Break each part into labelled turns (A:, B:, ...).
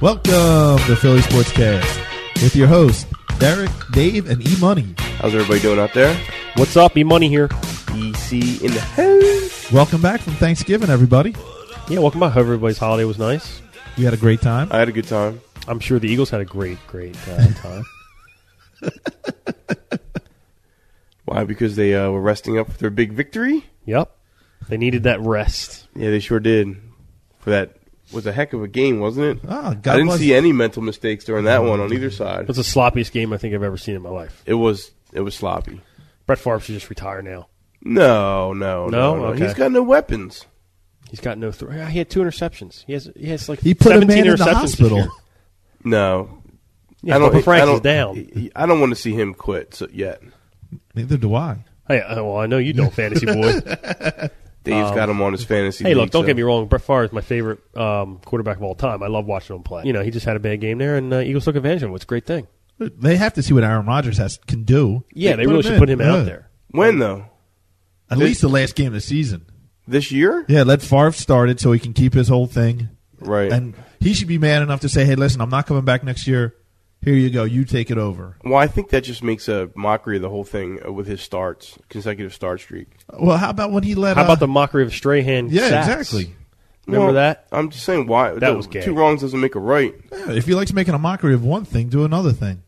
A: Welcome to Philly Sportscast with your hosts, Derek, Dave, and E Money.
B: How's everybody doing out there?
C: What's up? E Money here.
B: DC in the house.
A: Welcome back from Thanksgiving, everybody.
C: Yeah, welcome back. Hope everybody's holiday was nice.
A: We had a great time.
B: I had a good time.
C: I'm sure the Eagles had a great, great uh, time.
B: Why? Because they uh, were resting up for their big victory.
C: yep, they needed that rest.
B: Yeah, they sure did. For that was a heck of a game, wasn't it?
A: Ah, God
B: I didn't
A: bless-
B: see any mental mistakes during that one on either side.
C: It's the sloppiest game I think I've ever seen in my life.
B: It was it was sloppy.
C: Brett Favre should just retire now.
B: No, no, no.
C: No?
B: no.
C: Okay.
B: He's got no weapons.
C: He's got no. Th- he had two interceptions. He has. He has like
A: He put a
C: 17
A: man in the
C: interceptions this
A: hospital.
C: year.
B: No,
C: Yeah, Papa Franks is down.
B: he- he- I don't want to see him quit so, yet.
A: Neither do I.
C: Hey, uh, well, I know you don't, fantasy boy.
B: Dave's got him on his fantasy.
C: Um, hey, look,
B: league,
C: don't
B: so-
C: get me wrong. Brett Favre is my favorite um, quarterback of all time. I love watching him play. You know, he just had a bad game there, and uh, Eagles took advantage of him. It's a great thing.
A: They have to see what Aaron Rodgers has can do.
C: Yeah, they, really
A: in.
C: should put him
A: Yeah.
C: out there.
B: When though?
A: At least the last game of the season.
B: This year?
A: Yeah, let Favre start it so he can keep his whole thing.
B: Right.
A: And he should be man enough to say, hey, listen, I'm not coming back next year. Here you go. You take it over.
B: Well, I think that just makes a mockery of the whole thing uh, with his starts, consecutive start streak.
A: Well, how about when he let
C: How
A: uh,
C: about the mockery of Strahan?
A: Yeah,
C: sacks?
A: exactly.
C: Remember
B: Well,
C: that?
B: I'm just saying why
C: That
B: the-
C: was gay.
B: two wrongs doesn't make a right.
A: Yeah, if he likes making a mockery of one thing, do another thing.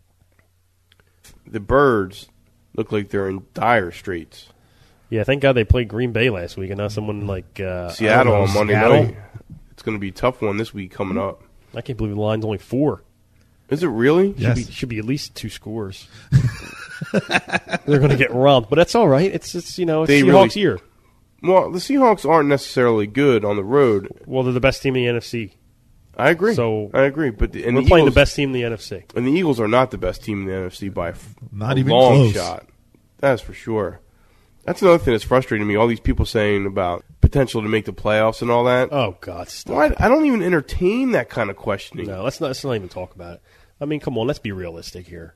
B: The birds look like they're in dire straits.
C: Yeah, thank God they played Green Bay last week and not someone like uh, I
B: Seattle
C: don't know,
B: on Monday
C: Seattle?
B: night. It's going to be a tough one this week coming up.
C: I can't believe the line's only four.
B: Is it really?
A: Yes.
C: Should, be, should be at least two scores. They're going to get robbed, but that's all right. It's it's you know it's
B: They
C: Seahawks
B: really-
C: year.
B: Well, the Seahawks aren't necessarily good on the road.
C: Well, they're the best team in the NFC.
B: I agree.
C: So-
B: I agree. But the, and
C: We're
B: the
C: playing
B: Eagles,
C: the best team in the NFC.
B: and the Eagles are not the best team in the NFC by a f-
A: Not
B: a
A: even
B: long
A: close.
B: shot. That's for sure. That's another thing that's frustrating me. All these people saying about potential to make the playoffs and all that.
C: Oh God, stop!
B: Why? I don't even entertain that kind of questioning.
C: No, let's not let's not even talk about it. I mean, come on, let's be realistic here.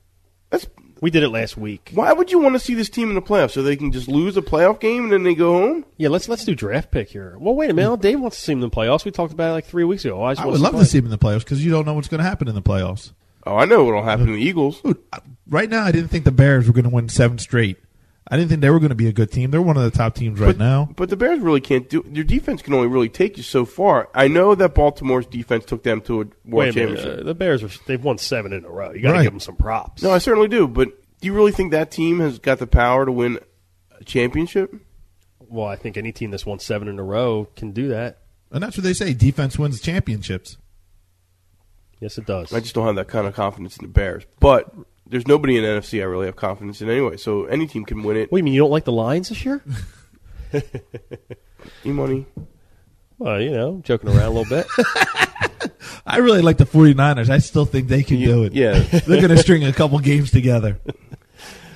B: That's
C: We did it last week.
B: why would you want to see this team in the playoffs so they can just lose a playoff game and then they go home?
C: Yeah, let's let's do draft pick here. Well, wait a minute. Dave wants to see him in the playoffs. We talked about it like three weeks ago. I, just
A: I
C: want
A: would love
C: play.
A: to see him in the playoffs because you don't know what's going to happen in the playoffs.
B: Oh, I know what'll happen to the Eagles.
A: Dude, I- right now, I didn't think the Bears were going to win seven straight. I didn't think they were going to be a good team. They're one of the top teams right
B: but,
A: now.
B: but the Bears really can't do. Your defense can only really take you so far. I know that Baltimore's defense took them to a world
C: Wait a minute.
B: championship.
C: Uh, the Bears are, they've won seven in a row. You got to
A: Right.
C: give them some props.
B: no, I certainly do. But do you really think that team has got the power to win a championship?
C: well, I think any team that's won seven in a row can do that.
A: And that's what they say: defense wins championships.
C: Yes, it does.
B: I just don't have that kind of confidence in the Bears. But there's nobody in the NFC I really have confidence in anyway. So any team can win it.
C: what do you mean you don't like the Lions this year?
B: E money.
C: well, you know, joking around a little bit.
A: I really like the 49ers. I still think they can
B: You-
A: do it.
B: yeah.
A: they're going to string a couple games together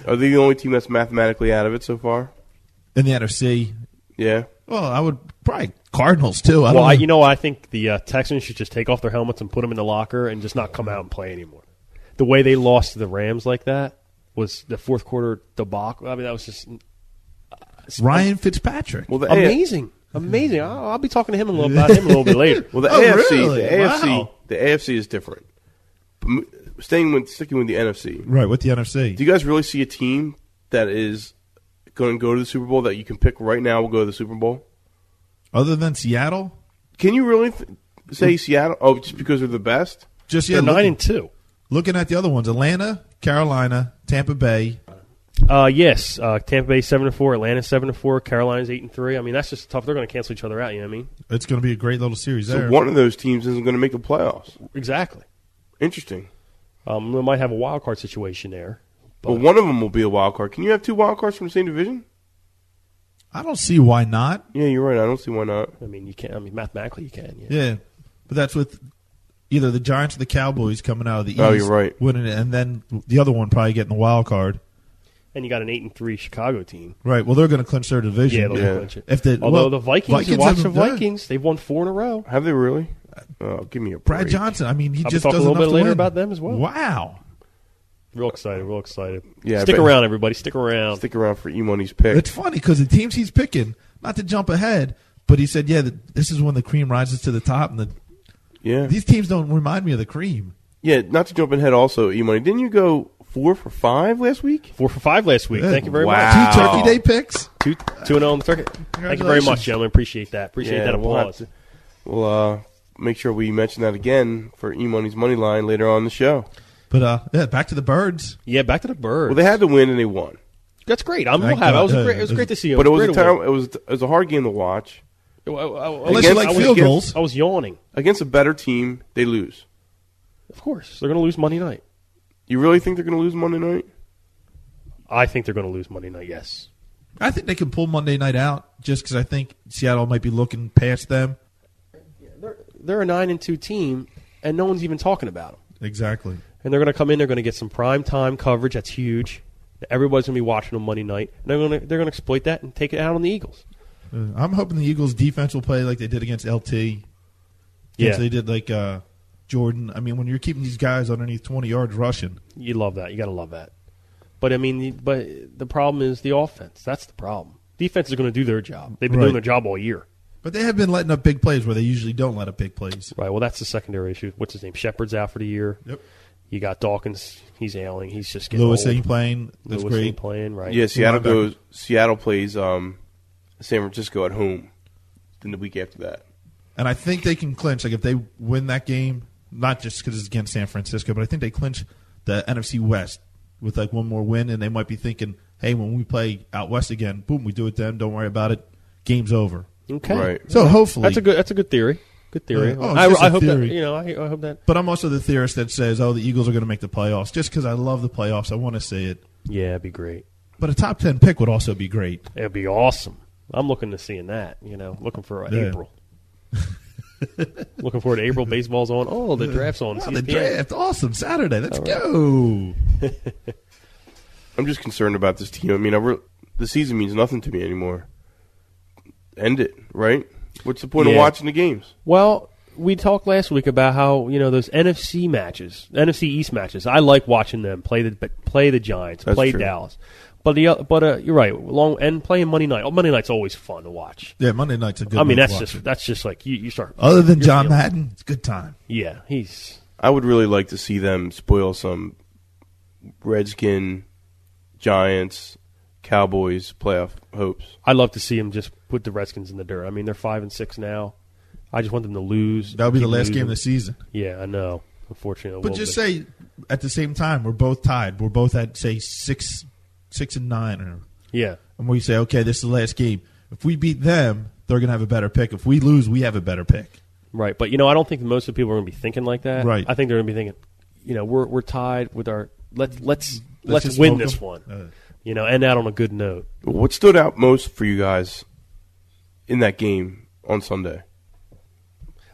B: Are they the only team that's mathematically out of it so far?
A: in the NFC.
B: Yeah.
A: Well, I would probably Cardinals too. I don't
C: well, I,
A: know.
C: you know, I think the uh, Texans should just take off their helmets and put them in the locker and just not come out and play anymore. The way they lost to the Rams like that was the fourth quarter debacle. I mean, that was just uh,
A: Ryan Fitzpatrick.
B: Well, the A-
C: amazing, amazing. I'll, I'll be talking to him a little about him a little bit later.
B: Well, the
A: Oh,
B: AFC,
A: really?
B: the AFC,
A: Wow.
B: the AFC is different. But m- Staying with sticking with the NFC,
A: right with the NFC.
B: do you guys really see a team that is going to go to the Super Bowl that you can pick right now will go to the Super Bowl?
A: Other than Seattle,
B: Can you really th- say Seattle? Oh, just because they're the best?
A: just yeah.
C: They're nine
A: Looking,
C: and two.
A: looking at the other ones: Atlanta, Carolina, Tampa Bay.
C: Uh, yes, uh, Tampa Bay seven to four, Atlanta seven to four, Carolina's eight and three. I mean, that's just tough. They're going to cancel each other out. You know what I mean?
A: It's going to be a great little series
B: So
A: there.
B: one of those teams isn't going to make the playoffs.
C: Exactly.
B: Interesting.
C: Um, we might have a wild card situation there.
B: But one of them will be a wild card. Can you have two wild cards from the same division?
A: I don't see why not.
B: Yeah, you're right. I don't see why not.
C: I mean, you can. I mean, mathematically, you can. Yeah.
A: Yeah, but that's with either the Giants or the Cowboys coming out of the East.
B: Oh, you're right.
A: Winning it, and then the other one probably getting the wild card.
C: And you got an eight and three Chicago team.
A: Right. Well, they're going to clinch their
C: Yeah,
A: division.
C: they'll
B: Yeah.
C: clinch it.
A: If the-
C: Although
A: well,
C: the Vikings, you
A: Vikings
C: watch the
A: haven't done it.
C: Vikings, they've won four in a row.
B: Have they really? Oh, give me a
A: Brad
B: break.
A: Johnson. I mean, he
C: I'll be
A: just
C: talking
A: does
C: a little
A: enough
C: bit
A: to
C: later
A: win.
C: about them as well.
A: Wow.
C: Real excited. Real excited.
B: Yeah, I
C: Stick
B: bet-
C: around, everybody. Stick around.
B: Stick around for E Money's pick.
A: It's funny because the teams he's picking, not to jump ahead, but he said, yeah, th- this is when the cream rises to the top, and the
B: Yeah.
A: These teams don't remind me of the cream.
B: Yeah, not to jump ahead also, E Money. Didn't you go four for five last week?
C: Four for five last week. Thank you very
B: Wow.
C: much.
A: Two Turkey Day picks.
C: Two, two and zero on the circuit. Thank you very much,
A: Congratulations.
C: gentlemen. Appreciate that. Appreciate
B: Yeah,
C: that
B: we'll have
C: applause.
B: to- We'll uh, make sure we mention that again for E Money's money line later on in the show.
A: But uh, yeah, back to the birds.
C: yeah, back to the birds.
B: Well, they had to win and they won,
C: That's great. I'm
A: Thank
C: happy. That was
A: God.
C: a great. It was
A: Uh,
C: great to see you.
B: but it was a
C: great award.
B: terrible. It was it was a hard game to watch
C: I- I- I- I
A: Unless
C: was-
A: you
B: Against-
A: like
C: I was-
A: field
B: against-
A: goals.
C: I was yawning.
B: against a better team. They lose.
C: Of course, they're going to lose Monday night.
B: You really think they're going to lose Monday night?
C: I think they're going to lose Monday night. Yes.
A: I think they can pull Monday night out just because I think Seattle might be looking past them.
C: They're they're a nine and two team, and no one's even talking about them.
A: Exactly.
C: And they're going to come in. They're going to get some prime time coverage. That's huge. Everybody's going to be watching them Monday night. And they're going to they're going to exploit that and take it out on the Eagles.
A: Uh, I'm hoping the Eagles' defense will play like they did against LT. Against
C: Yeah.
A: They did like uh, Jordan. I mean, when you're keeping these guys underneath 20 yards rushing,
C: You love that. You got to love that. But I mean, the- but the problem is the offense. That's the problem. Defense is going to do their job. They've been
A: Right.
C: doing their job all year.
A: but they have been letting up big plays where they usually don't let up big plays.
C: Right. Well, that's the secondary issue. What's his name? Shepard's out for the year.
A: Yep.
C: You got Dawkins. He's ailing. He's just getting
A: Lewis
C: old.
A: ain't playing. That's
C: Lewis
A: great.
C: ain't playing. Right.
B: Yeah, Seattle
A: linebacker.
B: goes. Seattle plays um, San Francisco at home. Then the week after that,
A: And I think they can clinch. Like if they win that game, not just because it's against San Francisco, but I think they clinch the NFC West with like one more win, and they might be thinking, "Hey, when we play out west again, boom, we do it then. Don't worry about it. Game's over."
C: Okay.
B: right?
A: So hopefully,
C: That's a good. That's a good theory. Good theory.
A: Yeah. Oh, it's
C: I,
A: just a
C: I hope
A: theory.
C: that you know. I, I hope that.
A: But I'm also the theorist that says, "Oh, the Eagles are going to make the playoffs," just because I love the playoffs. I want to see it.
C: Yeah, it'd be great.
A: But a top ten pick would also be great.
C: It'd be awesome. I'm looking to seeing that. You know, looking for uh,
A: Yeah.
C: April. looking forward to April. Baseball's on. Oh, the draft's on.
A: Wow, the
C: CSPN.
A: draft, awesome Saturday. Let's go.
B: I'm just concerned about this team. I mean, I re- the season means nothing to me anymore. End it, right? What's the point of
C: Yeah.
B: watching the games?
C: Well, we talked last week about how you know those NFC matches, NFC East matches. I like watching them play the play the Giants,
B: That's
C: play
B: true.
C: Dallas. But the oth- but uh, you're right. Long and playing Monday night. Oh, Monday night's always fun to watch.
A: Yeah, Monday night's a good.
C: I mean,
A: night
C: that's
A: to
C: just
A: watch it.
C: that's just like you, you start.
A: other than
C: you're
A: John
C: feeling-
A: Madden, it's a good time.
C: Yeah, he's
B: I would really like to see them spoil some Redskin, Giants, Cowboys playoff hopes.
C: I love to see him just put the Redskins in the dirt. I mean, they're five and six now. I just want them to lose.
A: That'll be the
C: Keep
A: last game of
C: losing.
A: the season.
C: Yeah, I know. Unfortunately, it
A: But
C: will
A: just
C: be.
A: say at the same time we're both tied. We're both at say six six and nine or
C: yeah,
A: and we say, Okay, this is the last game. If we beat them, they're gonna have a better pick. If we lose, we have a better pick.
C: right. But you know, I don't think most of the people are going to be thinking like that.
A: Right.
C: I think they're going to be thinking, you know, we're we're tied with our let's let's
A: Let's
C: let's,
A: just
C: win
A: smoke
C: this
A: them.
C: one.
A: Uh.
C: you know, end out on a good note.
B: What stood out most for you guys in that game on Sunday?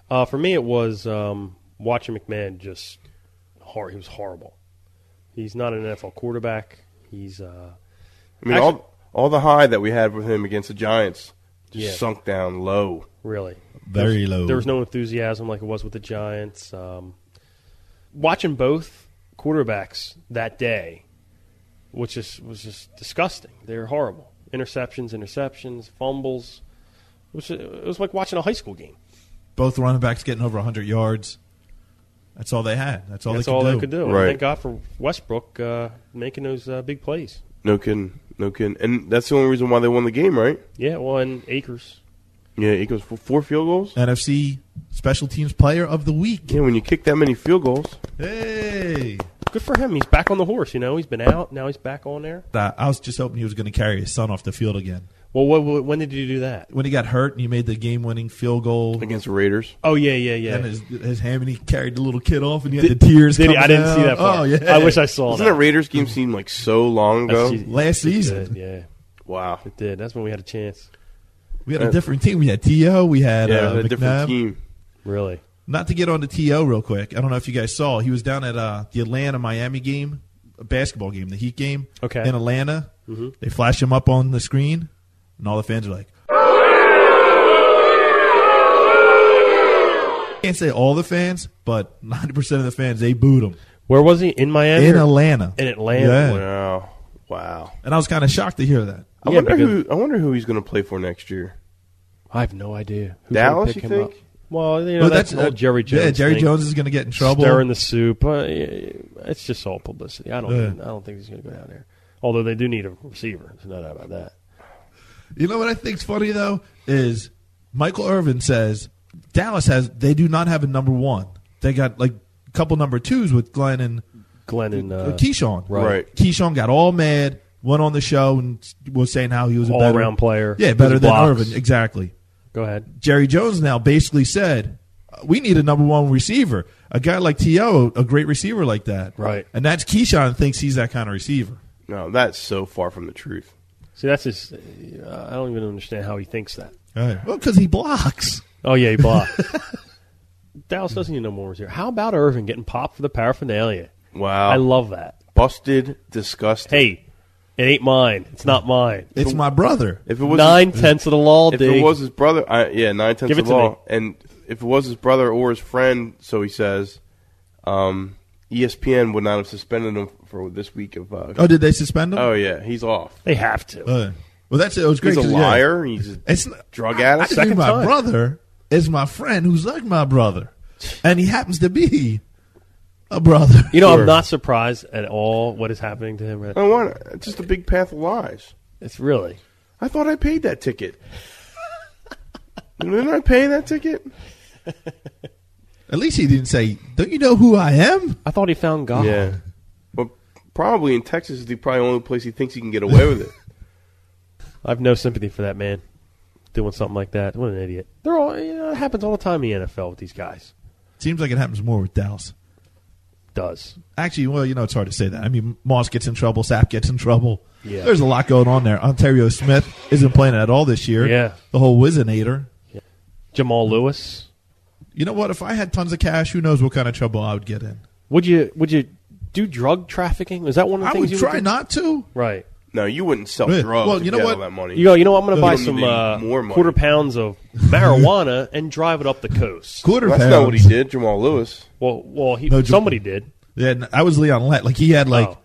C: Uh, for me, it was um, watching McMahon just hor He was horrible. He's not an NFL quarterback. He's uh,
B: I mean, all all the high that we had with him against the Giants just
C: Yeah.
B: sunk down low.
C: really
A: Very
C: There's-
A: low.
C: There was no enthusiasm like it was with the Giants. Um, watching both quarterbacks that day, which is was just disgusting. They were horrible. Interceptions, interceptions, fumbles. It was, it was like watching a high school game.
A: both running backs getting over hundred yards. That's all they had. That's all
C: That's
A: they could
C: all
A: do.
C: they could do. And
B: Right.
C: Thank God for Westbrook uh, making those uh, big plays.
B: No kidding, no kidding. And that's the only reason why they won the game, right?
C: Yeah, well, and Akers.
B: Yeah, it goes for four field goals.
A: NFC special teams player of the week.
B: Yeah, when you kick that many field goals,
A: Hey.
C: Good for him. He's back on the horse. You know, he's been out. Now he's back on there.
A: That- I was just hoping he was going to carry his son off the field again.
C: Well, what, what, when did you do that?
A: When he got hurt and he made the game-winning field goal,
B: against the Raiders.
C: Oh yeah, yeah, yeah.
A: and his, his ham, and he carried the little kid off, and he had the tears.
C: Did he?
A: coming
C: I didn't see
A: out.
C: that. Part.
A: Oh yeah,
C: I wish I saw
B: Doesn't
C: that.
B: that Raiders game seem like so long
C: That's-
B: ago?
C: it-
A: Last
C: it
A: season.
C: did, yeah,
B: Wow.
C: it did. That's when we had a chance.
A: We had a different team. We had To. We had
B: Yeah,
A: uh,
B: a
A: McNabb.
B: different team.
C: Really,
A: Not to get on to To real quick. I don't know if you guys saw. He was down at uh, the Atlanta Miami game, a basketball game, the Heat game.
C: Okay. Mm-hmm.
A: In Atlanta, they flash him up on the screen, and all the fans are like. Can't say all the fans, but ninety percent of the fans they booed him
C: where was he in Miami?
A: in
C: or-
A: Atlanta.
C: In Atlanta.
A: Yeah.
B: Wow. Wow.
A: and I was kind of shocked to hear that.
B: I
C: Yeah,
B: wonder
C: because-
B: who I wonder who he's going to play for next year.
C: I have no idea. Who's
B: Dallas,
C: gonna
B: you
C: pick him
B: think?
C: up? Well, you know
A: Well, uh,
C: that's, an old Jerry Jones.
A: Yeah, Jerry
C: thing.
A: Jones is going to get in trouble.
C: stirring the soup. Uh, it's just all publicity. I don't.
A: Yeah.
C: I don't think he's going to go down there. Although they do need a receiver. There's no doubt about that.
A: You know what I think's funny though is Michael Irvin says Dallas has they do not have a number one. They got like a couple number twos with Glenn and
C: Glenn and
A: uh,
C: uh,
A: Keyshawn.
C: right.
B: Right.
A: Keyshawn got all mad, went on the show and was saying how he was a
C: all
A: better,
C: around player.
A: Yeah, better
C: His
A: than
C: blocks.
A: Irvin exactly.
C: Go ahead.
A: Jerry Jones now basically said, "We need a number one receiver, a guy like T.O., a great receiver like that."
C: Right.
A: and that's Keyshawn thinks he's that kind of receiver.
B: No, that's so far from the truth.
C: See, that's his. Uh, I don't even understand how he thinks that.
A: Right. Well, because he blocks.
C: Oh yeah, he blocked. Dallas doesn't need no more receiver. How about Irvin getting popped for the paraphernalia?
B: Wow.
C: I love that.
B: Busted, disgusting.
C: Hey, it ain't mine. It's not mine.
A: It's my brother.
B: if it was
C: Nine tenths of the law,
B: if
C: dude.
B: it was his brother, I, yeah, nine tenths
C: Give it
B: of
C: to me.
B: all. And if it was his brother or his friend, so he says, um, ESPN would not have suspended him for this week of. Uh,
A: Oh, did they suspend him?
B: oh yeah, he's off.
C: they have to.
A: Uh, well, that's it. was great.
B: He's a
A: 'cause, yeah.
B: liar. He's a
A: It's not, I
B: drug addict.
A: just think my
C: time.
A: brother is my friend who's like my brother, and he happens to be a brother.
C: You know,
B: Sure.
C: I'm not surprised at all what is happening to him. right-
B: I don't want it. It's just a big path of lies.
C: It's really
B: I thought I paid that ticket. Didn't I pay that ticket?
A: At least he didn't say, "Don't you know who I am?"
C: I thought he found
A: Oh.
C: God.
B: Yeah. But probably in Texas is the probably only place he thinks he can get away with it.
C: I have no sympathy for that man doing something like that. What an idiot! They're all. You know, it happens all the time in the NFL with these guys.
A: Seems like it happens more with Dallas.
C: Does
A: Actually, well, you know, it's hard to say that. I mean, Moss gets in trouble, Sap gets in trouble.
C: Yeah.
A: There's a lot going on there. Ontario Smith isn't playing at all this year.
C: Yeah.
A: The whole Wizinator.
C: Jamal Lewis?
A: You know what? If I had tons of cash, who knows what kind of trouble I would get in.
C: Would you would you do drug trafficking? Is that one of the
A: I
C: things
A: would
C: you
A: try
C: would do?
A: not to.
C: Right.
B: No, you wouldn't sell
A: Yeah.
B: drugs
A: Well,
B: to
A: you know
B: get
A: what?
B: all that money.
C: You go. You know, I'm going to buy
B: don't
C: some
B: need
C: uh,
B: more money.
C: quarter pounds of marijuana and drive it up the coast.
A: Quarter
B: That's
A: pounds.
B: not what he did, Jamal Lewis.
C: Well, well, he,
A: No, Jam-
C: somebody did.
A: Yeah, n- I was Leon Lett. Like he had like
C: Oh.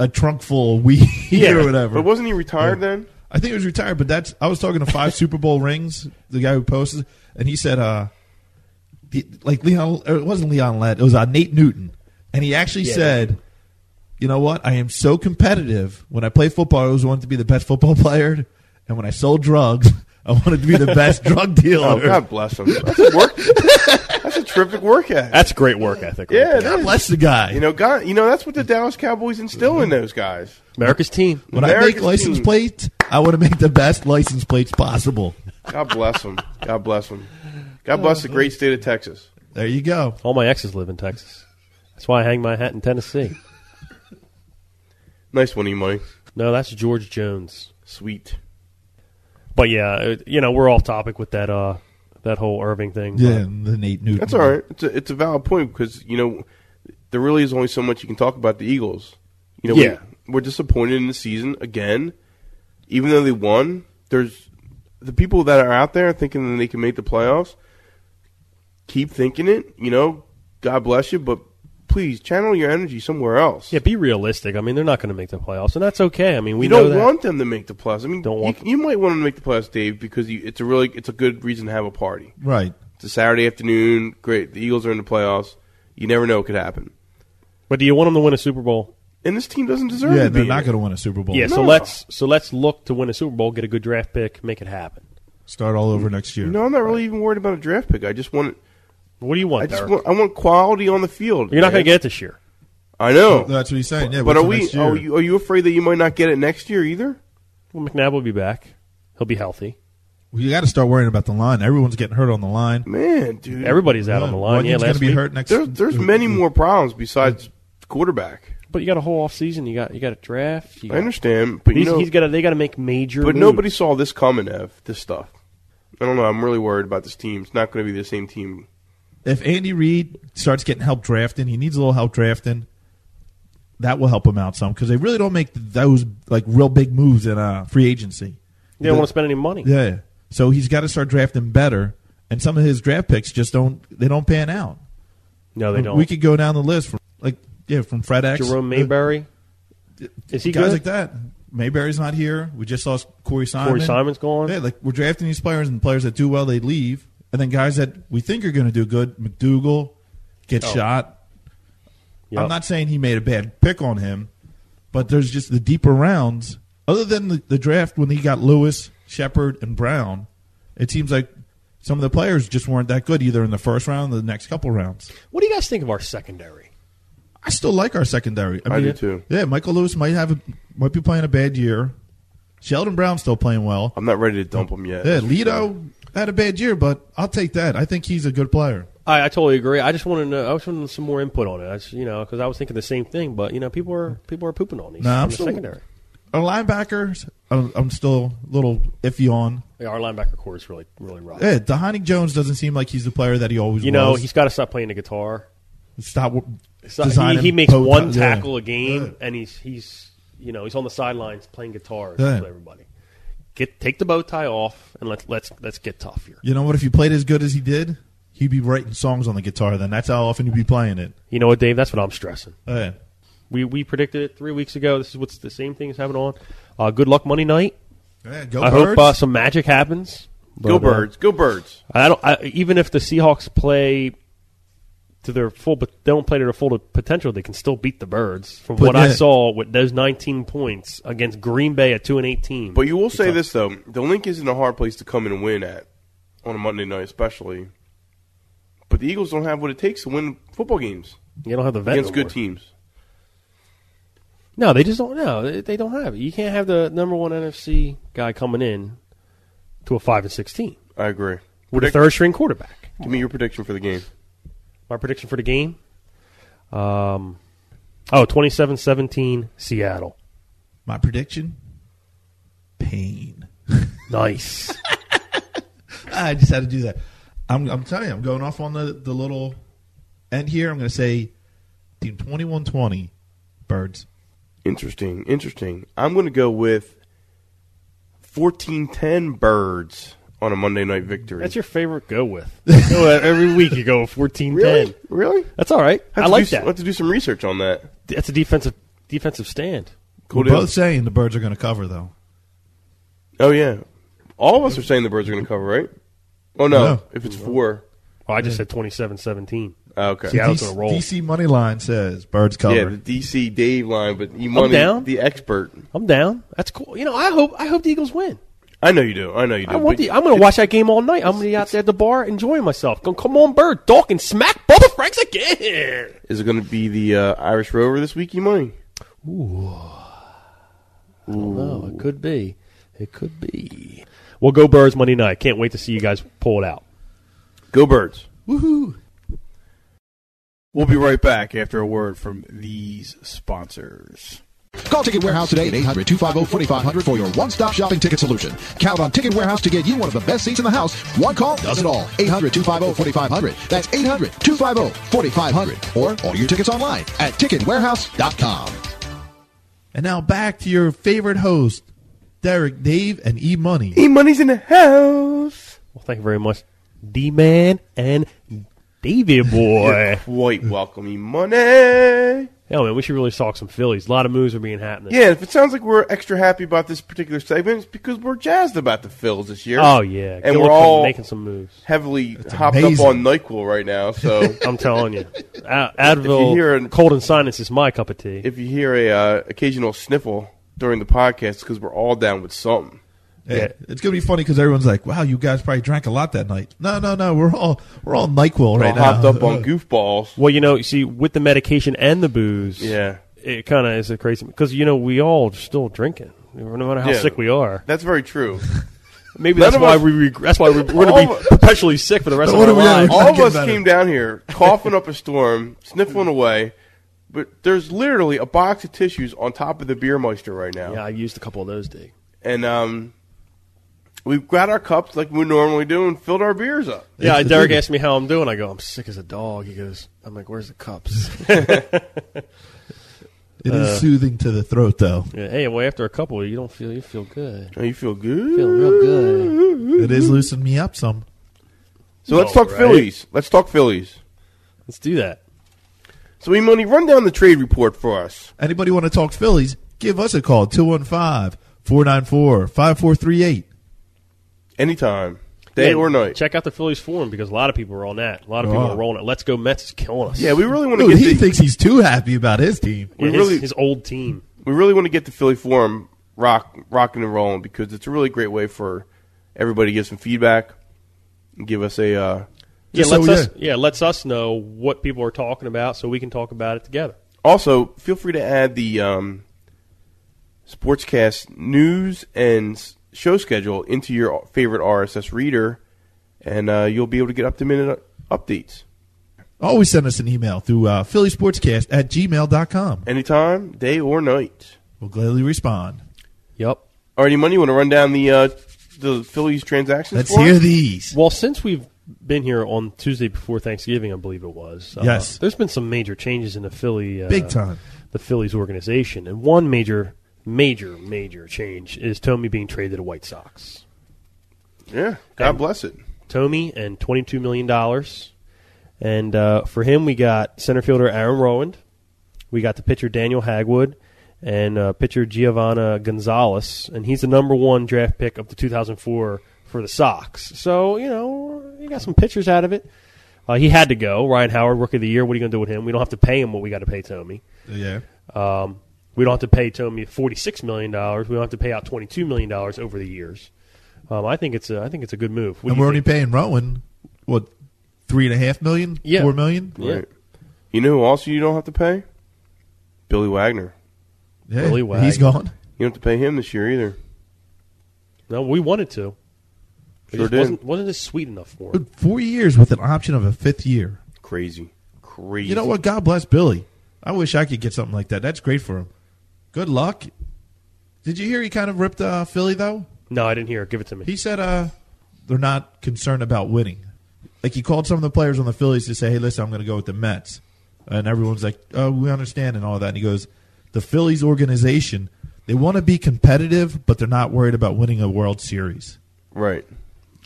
A: a trunk full of weed
C: Yeah,
A: or whatever.
B: But wasn't he retired then?
A: I think he was retired, but that's I was talking to five Super Bowl rings, the guy who posted, and he said, uh, he, like Leon, or it wasn't Leon Lett, it was uh, Nate Newton, and he actually
C: Yeah.
A: said, you know what? I am so competitive. When I play football, I always wanted to be the best football player, and when I sold drugs, I wanted to be the best drug dealer.
B: Oh, God bless him. That's a work. that's a terrific work ethic.
C: That's great work ethic. right
B: Yeah,
C: there.
B: it
A: God
B: is.
A: bless the guy.
B: You know, God, you know that's what the Dallas Cowboys instill in those guys.
C: America's team.
A: when I
B: America's
A: make license
B: team.
A: plates, I want to make the best license plates possible.
B: God bless them. God bless them. God bless the great state of Texas.
A: There you go.
C: All my exes live in Texas. That's why I hang my hat in Tennessee.
B: Nice one, E Money.
C: No, that's George Jones.
B: Sweet.
C: But yeah, it- you know, we're off topic with that uh that whole Irving thing.
A: Yeah, and Uh, the Nate Newton.
B: That's all right. It's a, it's a valid point because you know there really is only so much you can talk about the Eagles. You know,
C: Yeah.
B: we, we're disappointed in the season again, even though they won. There's the people that are out there thinking that they can make the playoffs. Keep thinking it. You know, God bless you, but please channel your energy somewhere else.
C: Yeah, be realistic. I mean, they're not going to make the playoffs, and that's okay. I mean, we
B: you
C: know
B: don't
C: that.
B: want them to make the playoffs. I mean,
C: Don't
B: you,
C: want them.
B: you might want them to make the playoffs, Dave, because you, it's a really it's a good reason to have a party.
A: Right.
B: It's a Saturday afternoon. Great, the Eagles are in the playoffs. You never know what could happen.
C: but do you want them to win a Super Bowl?
B: and this team doesn't deserve
A: Yeah,
B: to be.
A: they're not
B: in
A: going to win a Super Bowl.
C: Yeah.
B: No.
C: So let's so let's look to win a Super Bowl, get a good draft pick, make it happen.
A: Start all over next
B: it.
A: year.
B: No, I'm not really even worried about a draft pick. I just want,
C: What do you want,
B: I just
C: Derek?
B: want, I want quality on the field.
C: You're not
B: man.
C: going to get it this year.
B: I know,
A: That's what he's saying. Yeah, wait
B: but are
A: till
B: we?
A: next year.
B: Are you, are you afraid that you might not get it next year either?
C: Well, McNabb will be back. He'll be healthy.
A: You got to start worrying about the line. Everyone's getting hurt on the line.
B: Man, dude,
C: Everybody's out on the line. Yeah,
A: Bunyan's
C: last
A: gonna be
C: week.
A: hurt next.
B: there's there's many more problems besides quarterback.
C: But you got a whole off season. You got you got a draft. You
B: I
C: got,
B: understand, but you
C: he's,
B: know,
C: he's got to, they got to make major.
B: but
C: moves.
B: nobody saw this coming. Ev, this stuff. I don't know. I'm really worried about this team. It's not going to be the same team.
A: If Andy Reid starts getting help drafting, he needs a little help drafting. That will help him out some because they really don't make those like real big moves in uh, free agency.
C: They don't want to spend any money.
A: Yeah, so he's got to start drafting better, and some of his draft picks just don't they don't pan out.
C: No, they don't.
A: We could go down the list from like yeah from Fred X, uh,
C: Jerome Mayberry. Is he
A: guys
C: good?
A: like that. Mayberry's not here. We just lost Corey Simon.
C: Corey Simon's gone.
A: Yeah, like we're drafting these players, and the players that do well, they leave, And then guys that we think are going to do good, McDougal, gets
C: Oh.
A: shot.
C: Yep.
A: I'm not saying he made a bad pick on him, but there's just the deeper rounds. Other than the, the draft when he got Lewis, Shepard, and Brown, it seems like some of the players just weren't that good either in the first round or the next couple rounds.
C: What do you guys think of our secondary?
A: I still like our secondary.
B: I do too.
A: Yeah, Michael Lewis might have a, might be playing a bad year. Sheldon Brown's still playing well.
B: I'm not ready to dump him yet.
A: Yeah, Lido had a bad year, but I'll take that. I think he's a good player.
C: I, I totally agree. I just want to know. I just wanted some more input on it. I just, you know, because I was thinking the same thing. But you know, people are people are pooping on these
A: No,
C: on
A: I'm
C: the
A: still-
C: secondary.
A: Our linebackers, I'm, I'm still a little iffy on.
C: Yeah, our linebacker core is really really rough.
A: Yeah, Dehonic Jones doesn't seem like he's the player that he always
C: you know,
A: was.
C: he's got to stop playing the guitar.
A: stop w-
C: So he,
A: designing
C: he makes
A: bow
C: one
A: tie- yeah.
C: tackle a game, and he's he's you know he's on the sidelines playing guitar
A: Yeah.
C: with everybody. Get take the bow tie off, and let's let's let's get tough here.
A: You know what? If you played as good as he did, he'd be writing songs on the guitar. Then that's how often you'd be playing it.
C: You know what, Dave? That's what I'm stressing.
A: Yeah.
C: We we predicted it three weeks ago. This is what's the same thing is happening on. Uh, good luck Monday night.
A: Yeah, go
C: I
A: birds.
C: hope uh, some magic happens.
B: Go
C: But, uh,
B: birds. Go birds.
C: I don't. I, even if the Seahawks play to their full, but they don't play to their full potential, they can still beat the Birds. From
A: But
C: what I
A: yeah.
C: saw with those 19 points against Green Bay at two and 18.
B: But you will say
C: It's
B: this though: the link isn't a hard place to come in and win at on a Monday night, especially. But the Eagles don't have what it takes to win football games
C: a- you don't have the vet
B: against
C: no more.
B: good teams.
C: No, they just don't. No, they, they don't have it. You can't have the number one NFC guy coming in to a five and 16
B: I agree.
C: with a
B: Predict-
C: third string quarterback.
B: Give me your prediction for the game.
C: My prediction for the game. Um, oh, 27-17 Seattle.
A: My prediction: pain.
C: Nice.
A: I just had to do that. I'm, I'm telling you, I'm going off on the, the little end here. I'm going to say team 2120 birds.
B: Interesting. Interesting. I'm going to go with fourteen ten birds on a Monday night victory.
C: That's your favorite go with. Go with- every week you go 14
B: really
C: 10.
B: really.
C: That's all right. I
B: Have to
C: like
B: do, s- Have
C: that.
B: to do some research on that.
C: That's a defensive defensive stand.
B: Cool
A: We're
B: deal.
A: both saying the birds are going to cover, though.
B: Oh yeah, all of us are saying the birds are going to cover, right? Oh no,
A: No.
B: if it's four.
C: Oh, I just said 27 17.
B: Oh, okay.
C: Yeah, I was
A: DC
C: gonna roll.
A: DC money line says birds cover.
B: Yeah, the DC Dave line, but E Money,
C: down.
B: the expert.
C: I'm down. That's cool. You know, I hope I hope the Eagles win.
B: I know you do. I know you do.
C: I want
B: but
C: the, I'm going to watch that game all night. I'm going to be out there at the bar enjoying myself. Going, come on, Bird, talking smack Bubba Franks again.
B: Is it going to be the uh, Irish Rover this week, E Money?
C: No, it could be. It could be. Well, go Birds Monday night. Can't wait to see you guys pull it out.
B: Go Birds.
A: Woohoo!
D: We'll be right back after a word from these sponsors.
E: Call Ticket Warehouse today at 800 250 4500 for your one stop shopping ticket solution. Count on Ticket Warehouse to get you one of the best seats in the house. One call does it all. 800 250 4500. That's 800 250 4500. Or order your tickets online at ticketwarehouse.com.
A: And now back to your favorite host, Derek, Dave, and E Money.
B: E Money's in the house.
C: Well, thank you very much, D Man and David Boy.
B: Quite welcome, E Money.
C: Yeah, man, we should really talk some Phillies. A lot of moves are being happening.
B: Yeah, if it sounds like we're extra happy about this particular segment, it's because we're jazzed about the fills this year.
C: Oh yeah,
B: and
C: Gillick's
B: we're all
C: making some moves.
B: heavily hopped
A: amazing.
B: up on Nyquil right now. So
C: I'm telling you, Ad- Advil,
B: If you hear an-
C: cold and sinus is my cup of tea.
B: if you hear a uh, occasional sniffle during the podcast, because we're all down with something.
A: Yeah.
C: Yeah.
A: It's gonna be funny because everyone's like, "Wow, you guys probably drank a lot that night." No, no, no. We're all we're all Nyquil
B: We're
A: right
B: all
A: now.
B: hopped up on goofballs.
C: well, you know, you see, with the medication and the booze,
B: Yeah.
C: it kind of is a crazy because you know we all are still drinking, no matter how
B: Yeah.
C: sick we are.
B: That's very true.
C: Maybe
B: None
C: that's
B: of
C: why
B: us-
C: we reg- that's why we- we're going
B: All
C: to
B: of
C: be perpetually sick for the rest of
A: What
C: our
A: are we at?
C: lives.
B: All of
A: getting
B: us
A: better.
B: came down here coughing up a storm, sniffling away, but there's literally a box of tissues on top of the beer meister right now.
C: Yeah, I used a couple of those, Dig.
B: And um, we grabbed our cups like we normally do and filled our beers up.
C: Yeah,
A: It's the
C: Derek
A: thing.
C: asked me how I'm doing. I go, I'm sick as a dog. He goes, I'm like, where's the cups?
A: It is
B: uh,
A: soothing to the throat, though.
C: Yeah, hey, well, after a couple, you don't feel you feel good.
B: Oh, you feel good?
C: Feel real good.
A: It is loosening me up some.
B: So let's
C: All
B: talk
C: right.
B: Phillies. Let's talk Phillies.
C: Let's do that.
B: So, Imoni, run down the trade report for us.
A: Anybody want to talk Phillies? Give us a call 215 494 5438.
B: Anytime. day
C: Yeah,
B: or night. Uh-huh.
C: Check out the Phillies forum because a lot of people are on that. A lot of people
A: Oh.
C: are rolling it. Let's go Mets is killing us.
B: Yeah, we really want to
A: Dude,
B: get
A: he
B: the,
A: thinks he's too happy about his team.
C: Yeah,
B: we
C: his,
B: really-
C: his old team.
B: we really want to get the Philly Forum rock rocking and rolling because it's a really great way for everybody to give some feedback, and give us a uh,
C: Yeah,
A: Just
C: lets
A: so we
C: us
A: know.
C: yeah lets us know what people are talking about so we can talk about it together.
B: Also, feel free to add the um, Sportscast news and s- show schedule into your favorite RSS reader, and uh, you'll be able to get up to minute uh, updates
A: Always send us an email through uh, phillysportscast at gmail.com.
B: anytime, day or night.
A: We'll gladly respond.
C: Yep.
B: Alrighty, money. You want to run down the uh, the Phillies transactions?
A: Let's
B: for
A: hear
B: us?
A: these.
C: Well, since we've been here on Tuesday before Thanksgiving, I believe it was. uh,
A: Yes.
C: There's been some major changes in the Philly. Uh,
A: Big time.
C: The Phillies organization, and one major, major, major change is Tommy being traded to White Sox.
B: Yeah, God
C: And-
B: bless it.
C: Tommy and $22 million. And uh, for him, we got center fielder Aaron Rowand. We got the pitcher Daniel Hagwood and uh, pitcher Giovanna Gonzalez. And he's the number one draft pick of the 2004 for the Sox. So, you know, you got some pitchers out of it. Uh, he had to go. Ryan Howard, Rookie of the Year. What are you going to do with him? We don't have to pay him what we got to pay Tommy.
A: Yeah.
C: Um, we don't have to pay Tommy forty six million dollars. We don't have to pay out twenty two million dollars over the years. Um, I think it's a, I think it's a good move. What
A: and
C: do you
A: we're only
C: think?
A: paying Rowan, what, three and a half million?
C: Yeah.
A: Four million?
C: Yeah.
B: Right. You know who also you don't have to pay? Billy Wagner.
A: Yeah.
C: Billy
A: He's
C: Wagner.
A: gone.
B: You don't have to pay him this year either.
C: No, we wanted to. It
B: Sure
C: just
B: did.
C: wasn't wasn't it sweet enough for him?
A: Dude, Four years with an option of a fifth year.
B: Crazy, crazy.
A: You know what? God bless Billy. I wish I could get something like that. That's great for him. Good luck. Did you hear he kind of ripped uh, Philly though?
C: No, I didn't hear. it. Give it to me.
A: He said uh, they're not concerned about winning. Like he called some of the players on the Phillies to say, "Hey, listen, I'm going to go with the Mets," and everyone's like, "Oh, we understand and all that." And he goes, "The Phillies organization, they want to be competitive, but they're not worried about winning a World Series."
B: Right.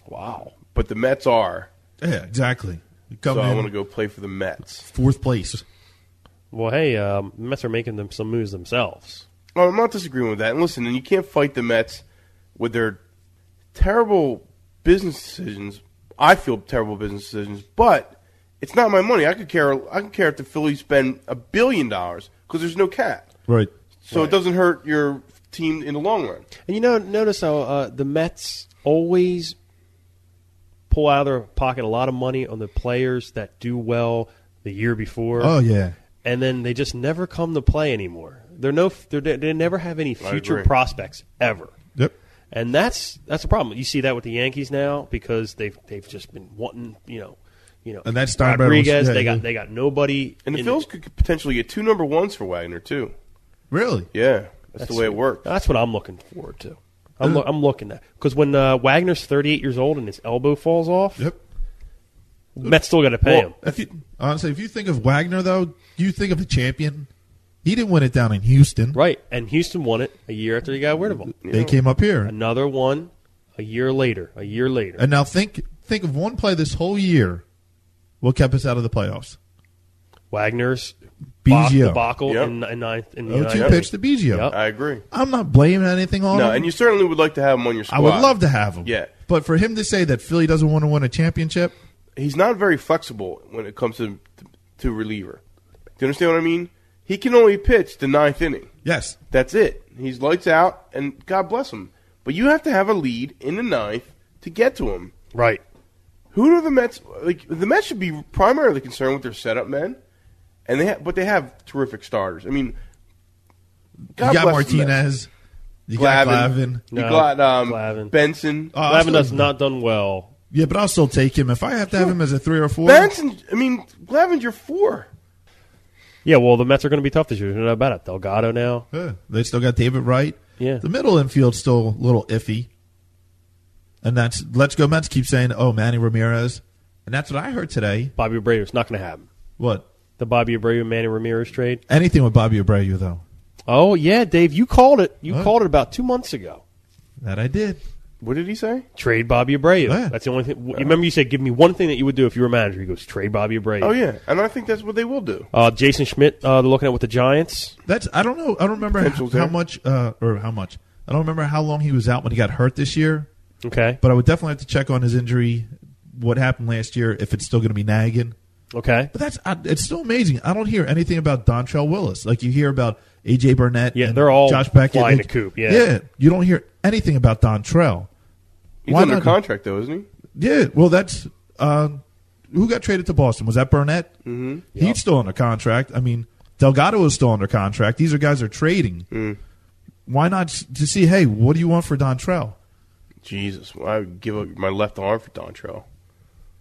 C: wow.
B: But the Mets are.
A: Yeah, exactly. You Come
B: so I
A: in
B: want to go play for the Mets.
A: fourth place.
C: Well, hey, um, Mets are making them some moves themselves.
B: Well, Oh, I'm not disagreeing with that. And listen, and you can't fight the Mets with their terrible business decisions. I feel terrible business decisions, but it's not my money. I could care. I could care if the Phillies spend a billion dollars because there's no cap,
A: Right.
B: so it doesn't hurt your team in the long run.
C: And you know, notice how uh, the Mets always pull out of their pocket a lot of money on the players that do well the year before.
A: Oh yeah.
C: and then they just never come to play anymore. They're no, they're, they never have any
B: I
C: future
B: agree.
C: prospects ever,
A: Yep.
C: and that's that's a problem. You see that with the Yankees now because they've they've just been wanting, you know, you know,
A: And that's Steinbrenner was-
C: Rodriguez.
A: yeah,
C: they got
A: yeah.
C: they got nobody.
B: And the
C: in-
B: Phillies could potentially get two number ones for Wagner too.
A: Really?
B: Yeah, that's, the way it works.
C: That's what I'm looking forward to. I'm, loo- I'm looking at because when uh, Wagner's 38 years old and his elbow falls off,
A: Yep.
C: Mets still got to pay him.
A: If you honestly, if you think of Wagner though, you think of the champion. He didn't win it down in Houston.
C: Right, and Houston won it a year after they got rid of him.
A: They came up here,
C: Another one a year later. A year later.
A: and now think think of one play this whole year. What kept us out of the playoffs?
C: Wagner's bo-
A: Biggio.
C: debacle
B: Yep.
C: in, in ninth. In
A: Oh,
C: ninth
A: two
C: inning.
A: pitch to Biggio.
C: Yep.
B: I agree.
A: I'm not blaming anything Oh. on
B: No,
A: him.
B: and you certainly would like to have him on your squad.
A: I would love to have him.
B: Yeah.
A: But for him to say that Philly doesn't want to win a championship,
B: he's not very flexible when it comes to to reliever. Do you understand what I mean? He can only pitch the ninth inning.
A: yes,
B: That's it. He's lights out, and God bless him. But you have to have a lead in the ninth to get to him.
C: Right.
B: Who do the Mets like? The Mets should be primarily concerned with their setup men, and they ha- but they have terrific starters. I mean,
A: you
B: God
A: got
B: bless the Mets.
A: Martinez, you got Glavin.
B: Glavin, you
C: No,
B: got um,
C: Glavin.
B: Benson.
A: Uh,
C: Glavin
A: I'll
C: has
A: still-
C: not done well.
A: Yeah, but I'll still take him if I have to have him as a three or four.
B: Benson. I mean, Glavin's your four.
C: Yeah, well, the Mets are going to be tough this year. No doubt about it. Delgado now.
A: Yeah, they still got David Wright.
C: Yeah.
A: The middle infield's still a little iffy. And that's let's go Mets keep saying, oh, Manny Ramirez. And that's what I heard today.
C: Bobby Abreu. It's not going to happen.
A: What?
C: The Bobby Abreu Manny Ramirez trade.
A: Anything with Bobby Abreu, though.
C: Oh yeah, Dave, you called it. You
A: What?
C: called it about two months ago.
A: That I did.
B: What did he say?
C: Trade Bobby Abreu.
A: Yeah.
C: That's the only thing. w- Remember, you said, "Give me one thing that you would do if you were a manager." He goes, "Trade Bobby Abreu."
B: Oh yeah, and I think that's what they will do.
C: Uh, Jason Schmidt. Uh, they're looking at with the Giants.
A: That's I don't know. I don't remember how,
B: Potential's there.
A: how much uh, or how much. I don't remember how long he was out when he got hurt this year.
C: Okay.
A: But I would definitely have to check on his injury, what happened last year, if it's still going to be nagging.
C: Okay.
A: But that's I, it's still amazing. I don't hear anything about Dontrell Willis. Like you hear about AJ Burnett.
C: Yeah,
A: and
C: they're all
A: Josh Beckett.
C: flying
A: Like,
C: the coop, yeah.
A: yeah. You don't hear anything about Dontrell.
B: He's
A: Why
B: under
A: not?
B: contract though, isn't he?
A: Yeah. Well, that's um, who got traded to Boston. Was that Burnett? Mm-hmm. He's still under contract. I mean, Delgado is still under contract. These are guys are trading.
C: Mm.
A: Why not s- to see? Hey, what do you want for Dontrell?
B: Jesus, well, I would give up my left arm for Dontrell.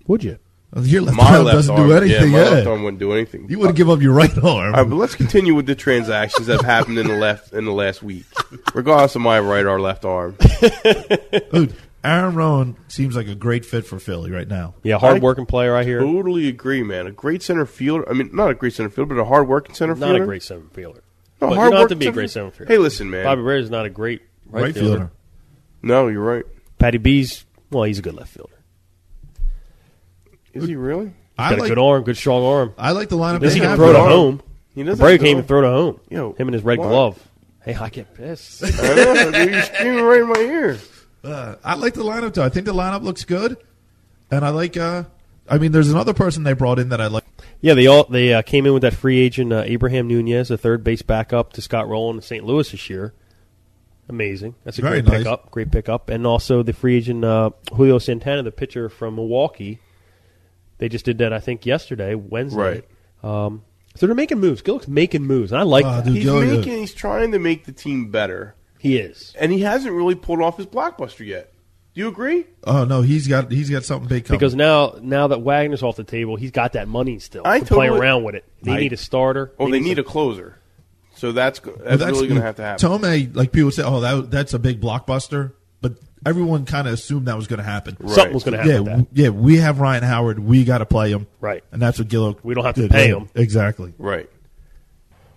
C: Would you?
A: Uh, Your left
B: My
A: arm
B: left
A: doesn't
B: arm,
A: do anything.
B: yeah, my
A: Yeah,
B: left arm wouldn't do anything.
A: you wouldn't give up your right arm.
B: All right, but let's continue with the transactions that have happened in the left in the last week, regardless of my right or left arm.
A: Dude, Aaron Rowan seems like a great fit for Philly right now.
C: Yeah, hard working player I hear.
B: Totally agree, man. A great center fielder. I mean, not a great center fielder, but a hard working center
C: Not
B: fielder.
C: a great seven fielder.
B: No,
C: But you
B: hard
C: don't have to
B: working
C: be
B: center
C: a great
B: fielder.
C: seven fielder.
B: Hey, listen, man.
C: Bobby Rare is not a great right,
A: Right,
C: fielder.
A: fielder.
B: No, you're right.
C: Patty B's well, he's a good left fielder.
B: Is he really?
A: I
C: Got a
A: like,
C: good arm, good strong arm.
A: I like the lineup.
C: At least
A: they
C: he can
A: have
C: throw to
A: now.
B: arm.
C: home.
B: He doesn't
C: Brady
B: throw.
C: came and throw to home.
B: Yo,
C: him and his red
B: why?
C: glove. Hey, I get pissed.
B: I know, dude. You're screaming right in my ear.
A: Uh, I like the lineup though. I think the lineup looks good, and I like. Uh, I mean, there's another person they brought in that I like.
C: yeah, they all they uh, came in with that free agent uh, Abraham Nunez, a third base backup to Scott Rowland in St. Louis this year. Amazing. That's a
A: Very
C: great
A: nice.
C: pickup. Great pickup. And also the free agent uh, Julio Santana, the pitcher from Milwaukee. They just did that, I think, yesterday, Wednesday.
B: Right.
C: Um, so they're making moves. Gillick's making moves, and I like
A: Ah,
C: that.
A: dude,
B: He's
A: Gilligan.
B: making. He's trying to make the team better,
C: He is.
B: and he hasn't really pulled off his blockbuster yet. Do you agree?
A: Oh no, he's got he's got something big coming.
C: Because now, now that Wagner's off the table, he's got that money still
B: I
C: to play
B: totally-
C: around with it. They
B: I-
C: need a starter.
B: Well, Oh, they need
C: some-
B: a closer, so that's go-
A: But
B: that's, really going to have to happen.
A: Tomei, like people say, oh that that's a big blockbuster, but everyone kind of assumed that was going to happen.
B: Right.
C: something was going to happen.
A: Yeah,
C: with that.
A: w- yeah, we have Ryan Howard. We got to play him,
C: Right.
A: And that's what Gillow.
C: We don't have to
A: did,
C: pay
A: yeah,
C: him.
A: exactly.
B: Right.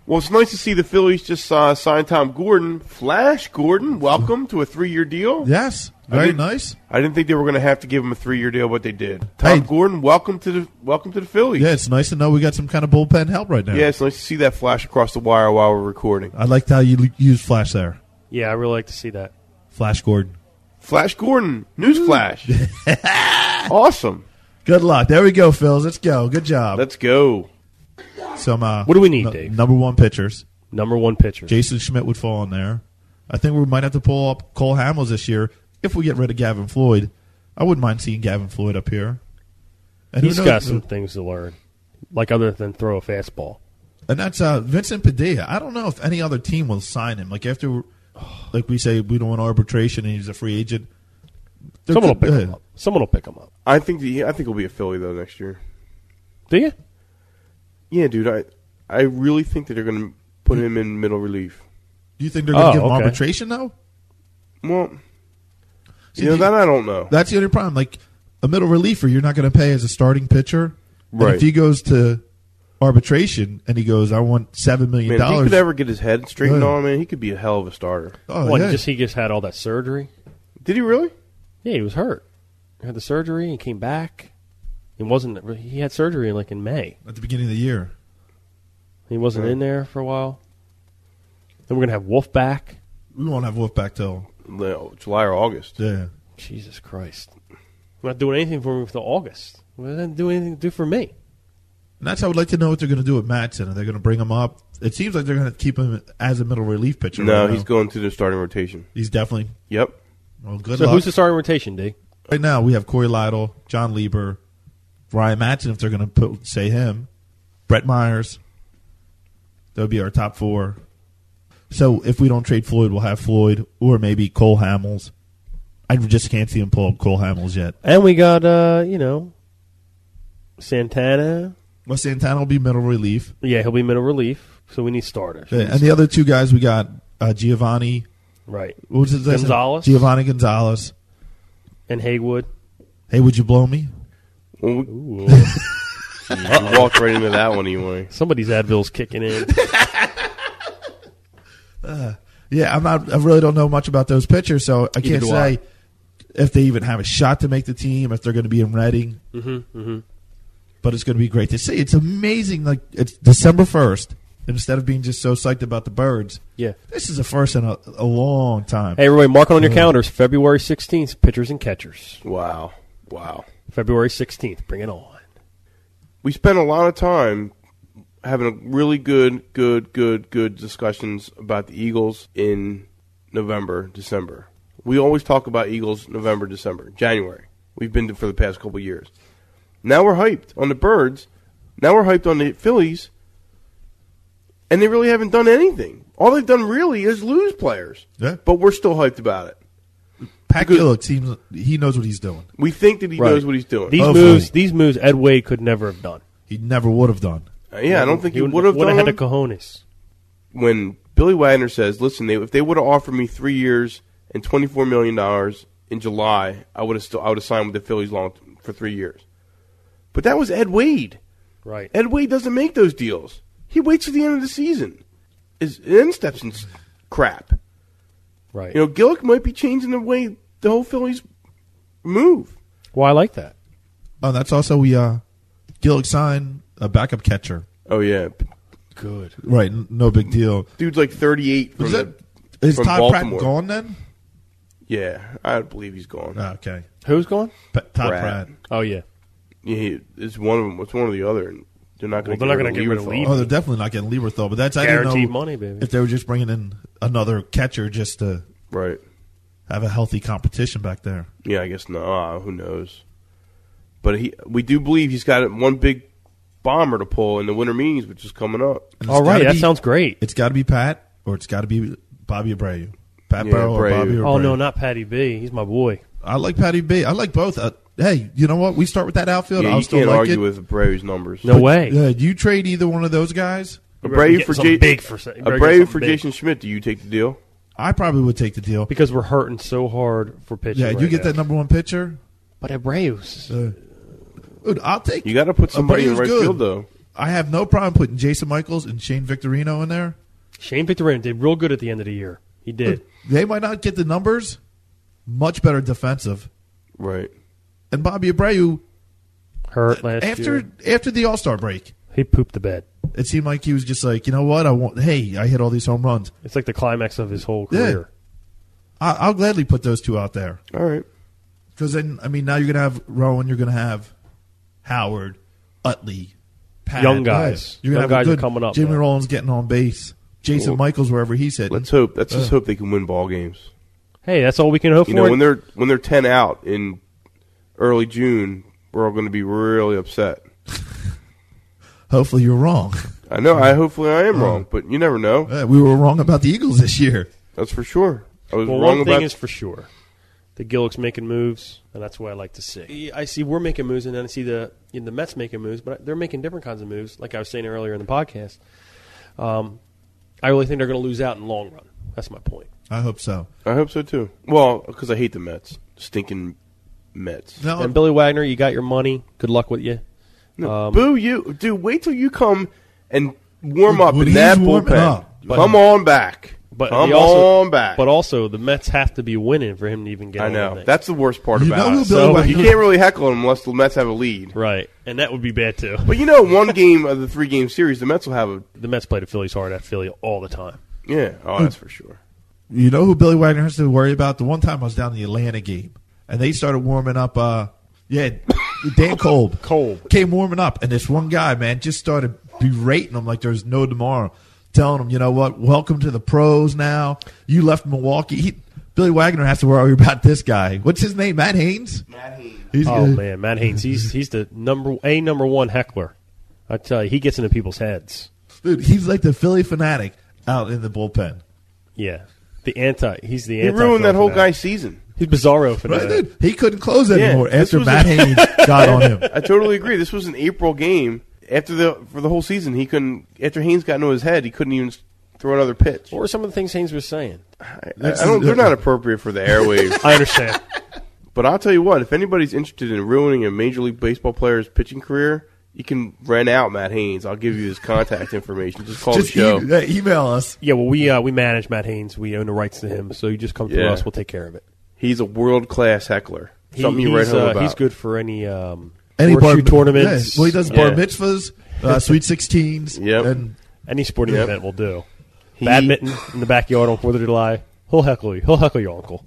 B: Well, it's nice to see the Phillies just uh, signed Tom Gordon. Flash Gordon, welcome to a three-year deal.
A: Yes,
B: I
A: very
B: didn't-
A: nice.
B: I didn't think they were going to have to give him a three-year deal, but they did.
A: Hey.
B: Tom Gordon, welcome to the welcome to the Phillies.
A: Yeah, it's nice to know we got some kind of bullpen help right now.
B: Yeah, it's nice to see that flash across the wire while we're recording.
A: I liked how you l- used Flash there,
C: Yeah, I really like to see that.
A: Flash Gordon.
B: Flash Gordon, newsflash. awesome.
A: Good luck. There we go, Phils. Let's go. Good job.
B: Let's go.
A: Some. Uh,
C: What do we need,
A: nu-
C: Dave?
A: Number one pitchers.
C: Number one pitcher.
A: Jason Schmidt would fall in there. I think we might have to pull up Cole Hamels this year if we get rid of Gavin Floyd. I wouldn't mind seeing Gavin Floyd up here. And who
C: He's
A: knows-
C: got some things to learn, like other than throw a fastball.
A: And that's uh, Vincent Padilla. I don't know if any other team will sign him. Like after, like we say, we don't want arbitration, and he's a free agent. There
C: Someone will
A: could-
C: pick him
A: uh,
C: up. Someone will pick him up.
B: I think the, I think he'll be a Philly though next year.
C: Do you?
B: Yeah, dude. I I really think that they're going to put him in middle relief.
A: Do you think they're going to
C: Oh,
A: give him
C: okay.
A: arbitration though?
B: Well,
A: See,
B: you know
A: the-
B: that I don't know.
A: That's the only problem. Like a middle reliever, you're not going to pay as a starting pitcher. And
B: Right.
A: if he goes to arbitration and he goes, I want seven million
B: Man, if he
A: dollars.
B: could ever get his head straightened
A: Yeah.
B: on, man, he could be a hell of a starter.
A: oh,
C: Well,
A: yeah.
C: just he just had all that surgery.
B: Did he really?
C: Yeah, he was hurt. He had the surgery and came back. He wasn't. He had surgery in like in May.
A: at the beginning of the year.
C: He wasn't in there for a while. Then we're gonna have Wolf back.
A: We won't have Wolfpack till
B: No, July or August.
A: yeah.
C: Jesus Christ! We're not doing anything for me until August. What does that do anything to do for me?
A: And that's how I would like to know what they're going to do with Matson. Are they going to bring him up? It seems like they're going to keep him as a middle relief pitcher.
B: No,
A: right now.
B: he's going to the starting rotation.
A: He's definitely
B: Yep.
A: well. Good
C: So
A: luck.
C: who's the starting rotation, D?
A: right now we have Corey Lytle, John Lieber, Ryan Matson. If they're going to put say him, Brett Myers. That would be our top four. So if we don't trade Floyd, we'll have Floyd or maybe Cole Hamels. I just can't see him pull up Cole Hamels yet.
C: And we got uh, you know Santana.
A: Well, Santana will be middle relief,
C: Yeah, he'll be middle relief, so we need starters.
A: and the other two guys we got uh, Giovanni.
C: Right.
A: What was his last name?
C: Gonzalez?
A: Giovanni Gonzalez.
C: And Haywood.
A: Hey, would you blow me?
B: Well, we, we walked right into that one anyway.
C: Somebody's Advil's kicking in.
A: Yeah, I'm not. I really don't know much about those pitchers, so I can't
C: do
A: say if they even have a shot to make the team, if they're going to be in Reading. Mm-hmm, mm-hmm. But it's going to be great to see. It's amazing. Like it's December first, instead of being just so psyched about the birds.
C: Yeah.
A: This is the first in a, a long time.
C: Hey, everybody, mark it on your calendars. February 16th, pitchers and catchers.
B: Wow. Wow.
C: February 16th, bring it on.
B: we spent a lot of time having a really good, good, good, good discussions about the Eagles in November, December. We always talk about Eagles November, December, January. We've been to for the past couple of years. Now we're hyped on the Birds. Now we're hyped on the Phillies. And they really haven't done anything. All they've done really is lose players.
A: Yeah.
B: But we're still hyped about it.
A: Pat
B: good.
A: Gillick seems he knows what he's doing.
B: We think that he
C: Right.
B: knows what he's doing.
C: These
A: Hopefully.
C: moves, these moves, Ed Wade could never have done.
A: He never would have done.
B: Uh, yeah, I don't think he would have
C: would
B: done
C: have had the
B: them.
C: cojones.
B: when Billy Wagner says, "Listen, they, if they would have offered me three years and twenty four million dollars in July, I would have still I would have signed with the Phillies long for three years." But that was Ed Wade.
C: Right.
B: Ed Wade doesn't make those deals. He waits to the end of the season. His end steps in s- crap.
C: right.
B: You know, Gillick might be changing the way the whole Phillies move.
C: well, I like that.
A: Oh, that's also we uh, Gillick signed a backup catcher.
B: Oh yeah,
C: Good.
A: Right, n- no big deal.
B: dude's like thirty eight.
A: Is, that, is
B: from
A: Todd
B: Baltimore.
A: Pratt gone then?
B: Yeah, I believe he's gone.
A: Oh, okay,
C: Who's going?
A: Pa- Todd
B: Pratt.
A: Pratt.
C: Oh, yeah.
B: Yeah, he- it's one of them. It's one or the other. And they're not going
C: Well, they're not
B: to
C: gonna get rid of
B: Lieberthal.
C: Lieber.
A: Oh, they're definitely not getting Lieberthal, but that's I didn't know
C: Guaranteed money, baby.
A: if they were just bringing in another catcher just to
B: Right.
A: have a healthy competition back there.
B: Yeah, I guess no. Uh, who knows? But he, we do believe he's got one big bomber to pull in the winter meetings, which is coming up.
A: And it's
C: All right.
A: gotta
C: That
A: be-
C: sounds great.
A: It's got to be Pat or it's got to be Bobby Abreu. Pat
B: Yeah,
A: Burrow or
B: Abreu.
A: Bobby Abreu.
C: Oh, no, not Patty B. He's my boy.
A: I like Patty B. I like both. Uh, hey, you know what? We start with that outfield.
B: Yeah,
A: I'll
B: you
A: still
B: can't
A: like
B: argue
A: it.
B: with Abreu's numbers.
C: No way.
A: Yeah, you trade either one of those guys,
B: Abreu
C: Get
B: for
C: something
B: Ja-
C: big for- Abreu
B: Abreu
C: get something
B: for
C: big.
B: Jason Schmidt. Do you take the deal?
A: I probably would take the deal.
C: Because we're hurting so hard for pitching.
A: Yeah, you
C: right
A: get
C: now.
A: that number one pitcher.
C: But Abreu's.
A: Dude, I'll take.
B: You got to put somebody in
A: Abreu's
B: right
A: good.
B: field, though.
A: I have no problem putting Jason Michaels and Shane Victorino in there.
C: Shane Victorino did real good at the end of the year. He did.
A: They might not get the numbers. Much better defensive.
B: Right.
A: And Bobby Abreu
C: Hurt last
A: after
C: year.
A: after the All Star break,
C: He pooped the bed.
A: it seemed like he was just like, you know what? I want. Hey, I hit all these home runs.
C: It's like the climax of his whole
A: Yeah.
C: career.
A: I, I'll gladly put those two out there.
B: All right.
A: Because then, I mean, now you're gonna have Rowan, you're gonna have Howard, Utley, Pat.
C: Young guys.
A: You're gonna have
C: Young
A: a
C: guys are
A: good,
C: coming up,
A: Jimmy
C: man.
A: Rollins getting on base. Jason
B: Well,
A: Michaels wherever he's hitting.
B: Let's hope. Let's just hope they can win ball games.
C: Hey, that's all we can hope
B: You
C: for.
B: know, when they're when they're ten out in early June, we're all going to be really upset.
A: Hopefully, you're wrong.
B: I know. I hopefully I am wrong, but you never know.
A: Uh, we were wrong about the Eagles this year.
B: That's for sure. I was
C: well,
B: wrong
C: one thing
B: about
C: is for sure. The Gillick's making moves, and that's what I like to see. I see we're making moves, and then I see the you know, the Mets making moves, but they're making different kinds of moves. Like I was saying earlier in the podcast, um, I really think they're going to lose out in the long run. That's my point.
A: I hope so.
B: I hope so too. Well, because I hate the Mets, stinking Mets.
A: No,
C: and Billy Wagner, you got your money. Good luck with you.
B: No,
C: Um,
B: boo you, dude. Wait till you come and warm up
A: When
B: in
A: he's
B: that
A: warming
B: bullpen.
A: up.
B: come on back.
C: But
B: come
C: they also,
B: on back.
C: But also, the Mets have to be winning for him to even get.
B: I
C: on
B: know
C: anything.
B: that's the worst part
A: You
B: about
A: know
B: it.
A: who Billy
B: So,
A: Wagner-
B: you can't really heckle him unless the Mets have a lead.
C: right, and that would be bad too.
B: But you know, one game of the three game series, the Mets will have a
C: The Mets play the Phillies hard at Philly all the time.
B: yeah. Oh, that's for sure.
A: you know who Billy Wagner has to worry about? The one time I was down in the Atlanta game, and they started warming up. Uh, yeah, Dan Kolb.
C: Kolb.
A: came warming up, and this one guy, man, just started berating him like there's no tomorrow, telling him, you know what, welcome to the pros now. You left Milwaukee. He, Billy Wagner has to worry about this guy. What's his name? Matt Haynes. Matt Haynes. He's
C: Oh
A: good.
C: man, Matt Haynes, he's he's the number a number one heckler. I tell you, he gets into people's heads.
A: Dude, he's like the Philly fanatic out in the bullpen.
C: Yeah, the anti. He's the
B: He
C: anti.
B: ruined that whole
C: fanatic.
B: guy's season.
C: He's bizarro for
A: Right,
C: that.
A: dude. He couldn't close anymore
B: this
A: after
B: was
A: Matt
B: a-
A: Haynes got on him.
B: I totally agree. This was an April game. After the for the whole season, he couldn't. After Haynes got into his head, he couldn't even s- throw another pitch.
C: What were some of the things Haynes was saying?
B: I, I don't, they're not appropriate for the airwaves.
C: I understand.
B: but I'll tell you what: if anybody's interested in ruining a Major League Baseball player's pitching career, you can rent out Matt Haynes. I'll give you his contact information. Just call
A: Just
B: the show.
A: e- uh, email us.
C: yeah, well, we uh, we manage Matt Haynes. We own the rights to him, so you just come through
B: Yeah.
C: us. We'll take care of it.
B: He's a world class heckler.
C: He-
B: Something you write
C: he's,
B: home
C: uh,
B: about.
C: he's good for any um,
A: Any
C: horseshoe
A: bar
C: tournaments.
A: Yeah, Well, he does bar
B: Yeah.
A: mitzvahs, uh, sweet sixteens,
B: Yep.
A: and
C: Any sporting
B: Yep.
C: event will do.
B: He-
C: Badminton in the backyard on Fourth of July. He'll heckle you. He'll heckle your uncle.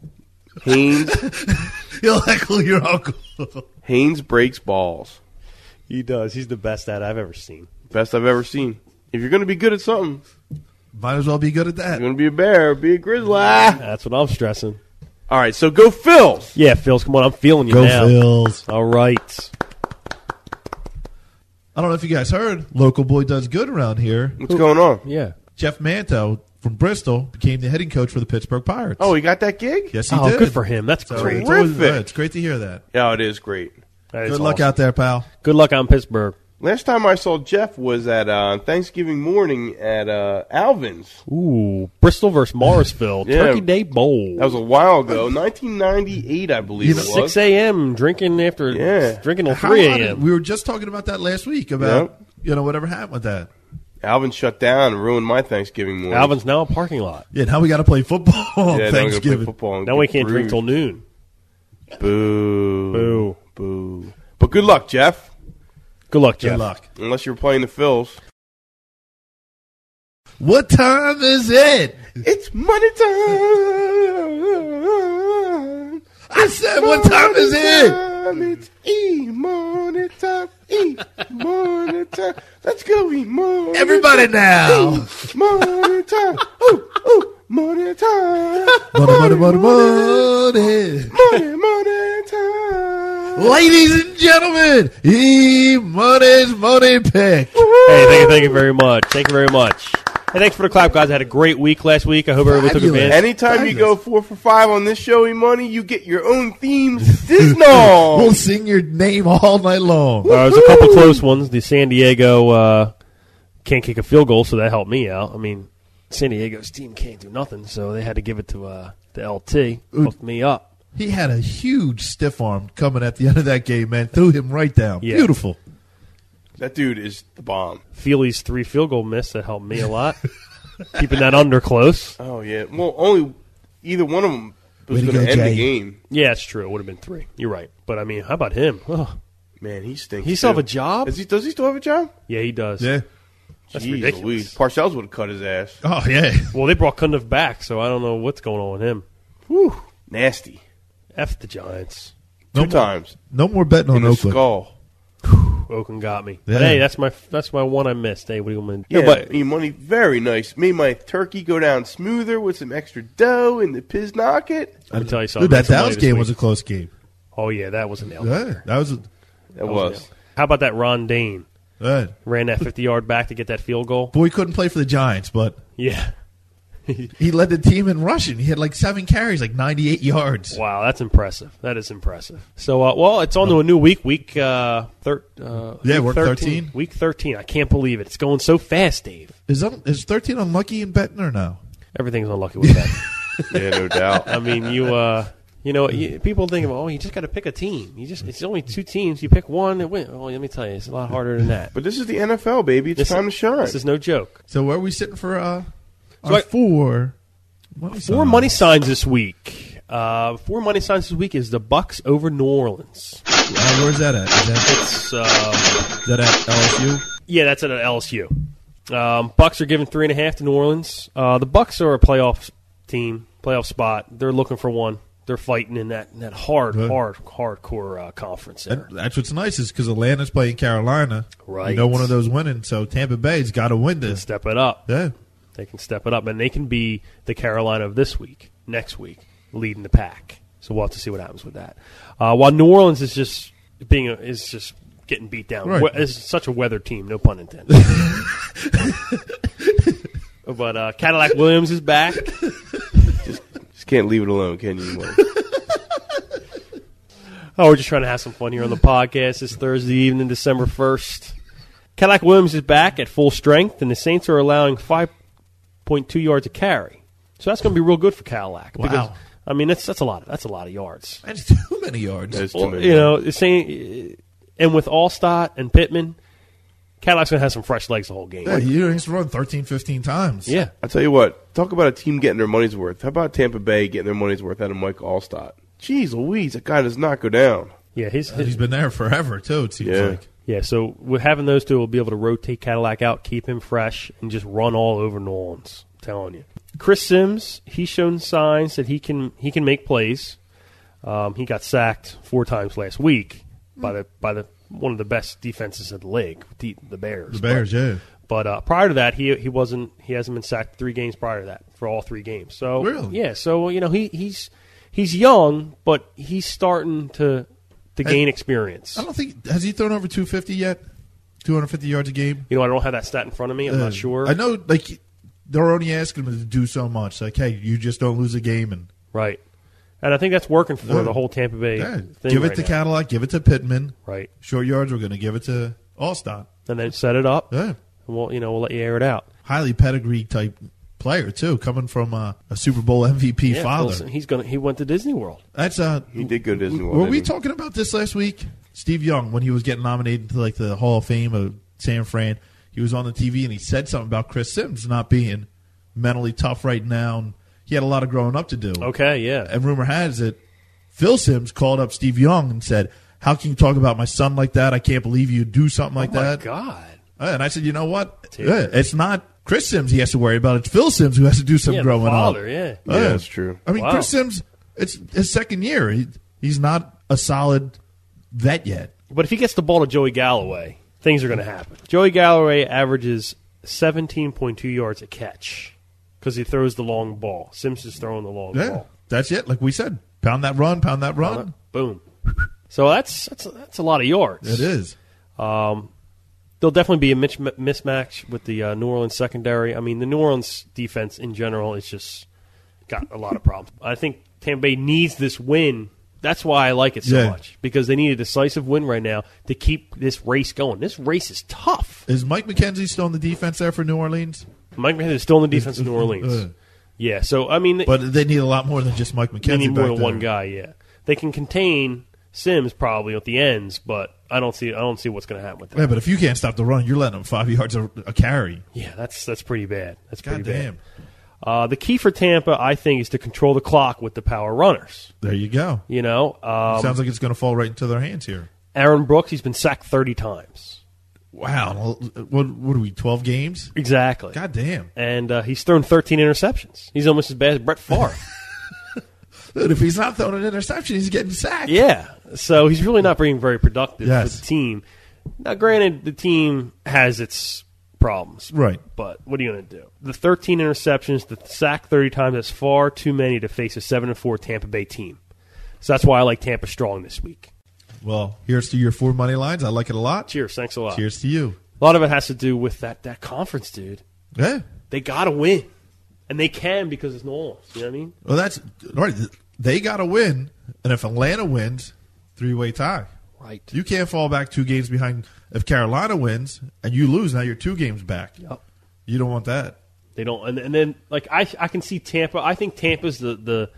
B: Haynes
A: He'll heckle your uncle.
B: Haynes breaks balls.
C: He does. He's the best at it I've ever seen.
B: Best I've ever seen. If you're going to be good at something,
A: Might as well be good at
B: you're
A: that.
B: going to be a bear, be a grizzly. All
C: That's what I'm stressing.
B: right, so go Phils.
C: Yeah, Phils, come on. I'm feeling you now. All right.
A: I don't know if you guys heard. Local boy does good around here.
B: What's going on?
C: Yeah.
A: Jeff Manto from Bristol became the heading coach for the Pittsburgh Pirates.
B: Oh, he got that gig?
A: yes, he
C: oh,
A: did.
C: good for him. That's
A: So
C: great.
A: It's, always,
B: Terrific.
A: yeah, it's great to hear that.
B: Yeah, it is great.
C: That is
A: good luck
C: awesome.
A: out there, pal.
C: Good luck on Pittsburgh.
B: Last time I saw Jeff was at uh, Thanksgiving morning at uh, Alvin's.
C: Ooh, Bristol versus Morrisville.
B: Yeah.
C: Turkey Day Bowl.
B: That was a while ago, 1998, I believe it was.
C: six a.m. drinking after
B: Yeah.
C: drinking till
A: How
C: three
A: odd it-
C: a.m.
A: We were just talking about that last week about you know whatever happened with that.
B: Alvin shut down and ruined my Thanksgiving morning.
C: Alvin's now a parking lot.
A: Yeah, now we got to play football on
B: yeah, now we gotta play
A: Thanksgiving.
B: football and
C: Now
B: get
C: we can't
B: brewed.
C: drink till noon.
B: Boo.
C: Boo.
B: Boo. But good luck, Jeff.
C: Good luck,
A: Good
C: Jeff.
A: luck.
B: Unless you're playing the Phils.
A: What time is it?
B: It's money time.
A: I said, what time is it?
B: It's e money time. E money time. Let's go e money.
A: Everybody now.
B: money time. Ooh ooh money time.
A: Money, money, money, money.
B: money money time.
A: Ladies and gentlemen, E Money's Money Pick.
C: Hey, thank you, thank you very much. Thank you very much. Hey, thanks for the clap, guys. I had a great week last week. I hope everyone took
A: Fabulous.
C: advantage.
B: Anytime you go four for five on this show, e money, you get your own themes. Disney.
A: We'll sing your name all night long.
C: Uh, there's a couple close ones. The San Diego uh, can't kick a field goal, so that helped me out. I mean, San Diego's team can't do nothing, so they had to give it to uh, the LT. Hooked me up.
A: He had a huge stiff arm coming at the end of that game, man. Threw him right down.
C: Yeah.
A: Beautiful.
B: That dude is the bomb.
C: Feely's three field goal miss that helped me a lot. Keeping that under close.
B: Oh yeah. Well, only either one of them was
A: Way to
B: going to
A: go,
B: end
A: Jay.
B: the game.
C: Yeah, it's true. It would have been three. You're right. But I mean, how about him? Oh,
B: Man, he stinks.
C: He still
B: too.
C: have a job?
B: Is he, does he still have a job?
C: yeah, he does.
A: Yeah.
C: That's
B: Jeez
C: ridiculous.
B: Louise. Parcells would have cut his ass.
A: Oh, yeah.
C: Well, they brought Cundiff back, so I don't know what's going on with him.
B: Whew. Nasty.
C: F the Giants.
B: Two
A: No, more,
B: times
A: no more betting on
B: in the
A: Oakland.
B: skull.
C: Oakland got me.
A: Yeah.
C: Hey, that's my that's my one I missed. Hey, what do you want to
B: Yeah, but I mean, money very nice. Made my turkey go down smoother with some extra dough in the piz knocket.
C: Let me tell you something.
A: Dude, that
C: Somebody
A: Dallas
C: this
A: game
C: week-
A: was a close game.
C: Oh yeah, that was an L.
A: Yeah, that was.
B: That
C: That was an
B: was.
C: L. How about that Ron Dane
A: Yeah.
C: ran that 50 yard back to get that field goal?
A: Boy couldn't play for the Giants, but
C: Yeah.
A: he led the team in rushing. He had like seven carries, like 98 yards.
C: Wow, that's impressive. That is impressive. So, uh, well, it's on to a new week, week uh, thir- uh,
A: Yeah,
C: week
A: we're at 13.
C: Week 13. I can't believe it. It's going so fast, Dave.
A: Is that, is 13 unlucky in betting or no?
C: Everything's unlucky with that.
B: Yeah, no doubt.
C: I mean, you uh, you know, you, people think of oh, you just got to pick a team. You just it's only two teams. You pick one and win. Oh, let me tell you, it's a lot harder than that.
B: But this is the NFL, baby. It's
C: This-
B: time to shine.
C: This is no joke.
A: So where are we sitting for uh, our
C: So I-
A: four money
C: Four money signs this week. Uh, four money signs this week is the Bucks over New Orleans.
A: Uh, where's that at? Is that,
C: It's um,
A: is that at LSU?
C: yeah, that's at an LSU. Um, Bucks are given three and a half to New Orleans. Uh, the Bucks are a playoff team, playoff spot. They're looking for one. They're fighting in that in that hard,
A: Good.
C: hard, hardcore uh, conference. There.
A: And that's what's nice is because Atlanta's playing Carolina.
C: Right.
A: You know one of those winning, so Tampa Bay's got to win this.
C: Step it up.
A: Yeah.
C: They can step it up, and they can be the Carolina of this week, next week, leading the pack. So we'll have to see what happens with that. Uh, while New Orleans is just being a, is just getting beat down.
A: Right.
C: We- It's such a weather team, no pun intended. but uh, Cadillac Williams is back.
B: Just can't leave it alone, can you? Mike?
C: Oh, we're just trying to have some fun here on the podcast. It's Thursday evening, December 1st. Cadillac Williams is back at full strength, and the Saints are allowing 5.2 yards a carry. So that's going to be real good for Cadillac.
A: Wow.
C: because, I mean, that's, that's, a lot, that's a lot of yards.
A: That's too many yards.
B: That's too
C: Well,
B: many.
C: you know, the same, and with Allstott and Pittman, Cadillac's going to have some fresh legs the whole game.
A: Yeah, you just run 13, 15 times.
C: Yeah.
B: I tell you what, talk about a team getting their money's worth. How about Tampa Bay getting their money's worth out of Mike Allstott? Jeez Louise, that guy does not go down.
C: Yeah, he's,
A: He's been there forever, too, it seems
B: Yeah.
A: like.
C: Yeah, so with having those two, we'll be able to rotate Cadillac out, keep him fresh, and just run all over New Orleans. I'm telling you, Chris Sims, he's shown signs that he can he can make plays. Um, he got sacked four times last week by the by the one of the best defenses in the league, the, the Bears.
A: The Bears,
C: But-
A: yeah.
C: But uh, prior to that, he he wasn't he hasn't been sacked three games prior to that for all three games. So
A: Really?
C: yeah, so you know he he's he's young, but he's starting to to gain experience.
A: I don't think has he thrown over 250 yet? 250 yards a game.
C: You know, I don't have that stat in front of me. I'm
A: Uh,
C: not sure.
A: I know like they're only asking him to do so much. Like, hey, you just don't lose a game and
C: Right. And I think that's working for
A: Yeah.
C: the whole Tampa Bay
A: Uh, yeah,
C: thing.
A: give it
C: right
A: to
C: now.
A: Cadillac, give it to Pittman.
C: Right.
A: Short yards, we're going to give it to Allstott.
C: And then set it up.
A: Yeah.
C: And we'll, you know, we'll let you air it out.
A: Highly pedigree type player too, coming from uh, a Super Bowl MVP
C: Yeah,
A: father.
C: Wilson, he's gonna. He went to Disney World.
A: That's uh,
B: He did go to Disney World,
A: Were we
B: didn't he?
A: talking about this last week? Steve Young, when he was getting nominated to like the Hall of Fame of San Fran, he was on the TV and he said something about Chris Sims not being mentally tough right now. And he had a lot of growing up to do.
C: Okay. Yeah.
A: And rumor has it, Phil Sims called up Steve Young and said, "How can you talk about my son like that? I can't believe you do something like
C: Oh My
A: that."
C: God.
A: And I said, you know what?
C: Dude.
A: Yeah, it's not Chris Sims he has to worry about. It's Phil Sims who has to do some
C: Yeah, the
A: growing
C: father,
A: up.
C: yeah.
B: Yeah, that's true.
A: I mean,
C: Wow.
A: Chris Sims, it's his second year. He, he's not a solid vet yet.
C: But if he gets the ball to Joey Galloway, things are going to happen. Joey Galloway averages 17.2 yards a catch because he throws the long ball. Sims is throwing the long
A: Yeah,
C: ball.
A: that's it. Like we said, pound that run, pound that run.
C: Boom. So that's that's that's a lot of yards.
A: It is.
C: Um, there'll definitely be a mitch- mismatch with the uh, New Orleans secondary. I mean, the New Orleans defense in general is just got a lot of problems. I think Tampa Bay needs this win. That's why I like it so
A: Yeah.
C: much because they need a decisive win right now to keep this race going. This race is tough.
A: Is Mike McKenzie still on the defense there for New Orleans?
C: Mike McKenzie is still in the defense of New
A: Uh.
C: Orleans. Yeah, so I mean,
A: But they need a lot more than just Mike McKenzie.
C: they need more
A: back
C: than
A: there.
C: one guy. Yeah, they can contain Sims probably at the ends, but I don't see I don't see what's going to happen with that.
A: Yeah, but if you can't stop the run, you're letting him five yards a, a carry.
C: Yeah, that's that's pretty bad. That's
A: God
C: pretty bad.
A: damn.
C: Uh, the key for Tampa, I think, is to control the clock with the power runners.
A: There you go.
C: You know, um,
A: Sounds like it's going to fall right into their hands here.
C: Aaron Brooks, he's been sacked 30 times.
A: Wow. What, what are we, 12 games?
C: Exactly.
A: God damn.
C: And uh, he's thrown 13 interceptions. He's almost as bad as Brett Favre.
A: Dude, if he's not throwing an interception, he's getting sacked.
C: yeah. So he's really not being very productive
A: Yes.
C: for the team. Now, granted, the team has its problems.
A: Right.
C: But what are you going to do? The 13 interceptions, the sack 30 times, that's far too many to face a 7 and 4 Tampa Bay team. So that's why I like Tampa strong this week.
A: Well, here's to your four money lines. I like it a lot.
C: Cheers. Thanks a lot.
A: Cheers to you.
C: A lot of it has to do with that that conference, dude.
A: Yeah.
C: They gotta win, and they can because it's New Orleans. You know what I mean?
A: Well, that's all right. They got to win, and if Atlanta wins, three way tie.
C: Right.
A: You can't fall back two games behind. If Carolina wins and you lose, now you're two games back.
C: Yep.
A: You don't want that.
C: They don't, and, and then like I I can see Tampa. I think Tampa's the the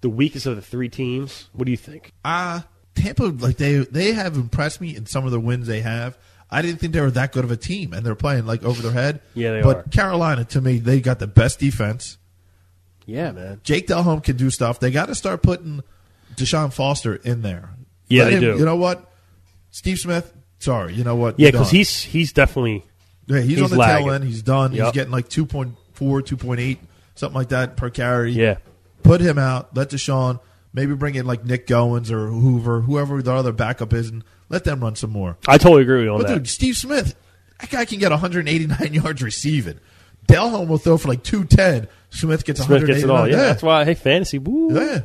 C: the weakest of the three teams. What do you think?
A: Uh Tampa like they they have impressed me in some of the wins they have. I didn't think they were that good of a team, and they're playing like over their head.
C: Yeah, they
A: but
C: are.
A: Carolina, to me, they got the best defense.
C: Yeah, man.
A: Jake Delhomme can do stuff. They got to start putting Deshaun Foster in there.
C: Yeah,
A: Let
C: they
A: him-
C: do.
A: You know what, Steve Smith? Sorry, you know what?
C: Yeah,
A: You're
C: because
A: done.
C: he's he's definitely
A: yeah, he's,
C: he's
A: on the
C: lagging.
A: tail end. He's done. He's
C: Yep.
A: getting like 2.4, 2.8, something like that per carry.
C: Yeah.
A: put him out. Let Deshaun maybe bring in like Nick Goins or Hoover, whoever the other backup is, and let them run some more.
C: I totally agree with you on
A: But
C: that.
A: dude, Steve Smith, that guy can get 189 yards receiving. Delholm will throw for like 210. Smith gets
C: Smith gets it all.
A: 189.
C: Yeah, that's why. Hey, fantasy. Woo.
A: Yeah.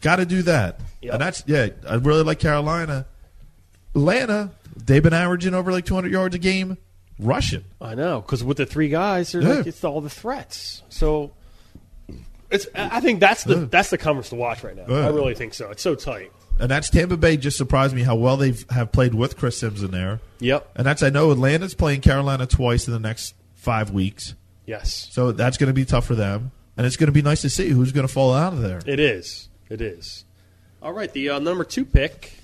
A: Got to do that.
C: Yep.
A: And that's yeah, I really like Carolina. Atlanta, they've been averaging over like 200 yards a game rushing.
C: I know because with the three guys, they're
A: Yeah.
C: like, it's all the threats. So it's. I I think that's the that's the conference to watch right now.
A: Yeah.
C: I really think so. It's so tight.
A: And that's Tampa Bay just surprised me how well they've have played with Chris Sims in there.
C: Yep.
A: And that's I know Atlanta's playing Carolina twice in the next 5 weeks.
C: Yes,
A: So that's going to be tough for them. And it's going to be nice to see who's going to fall out of there.
C: it is. It is. All right, the uh, number two pick,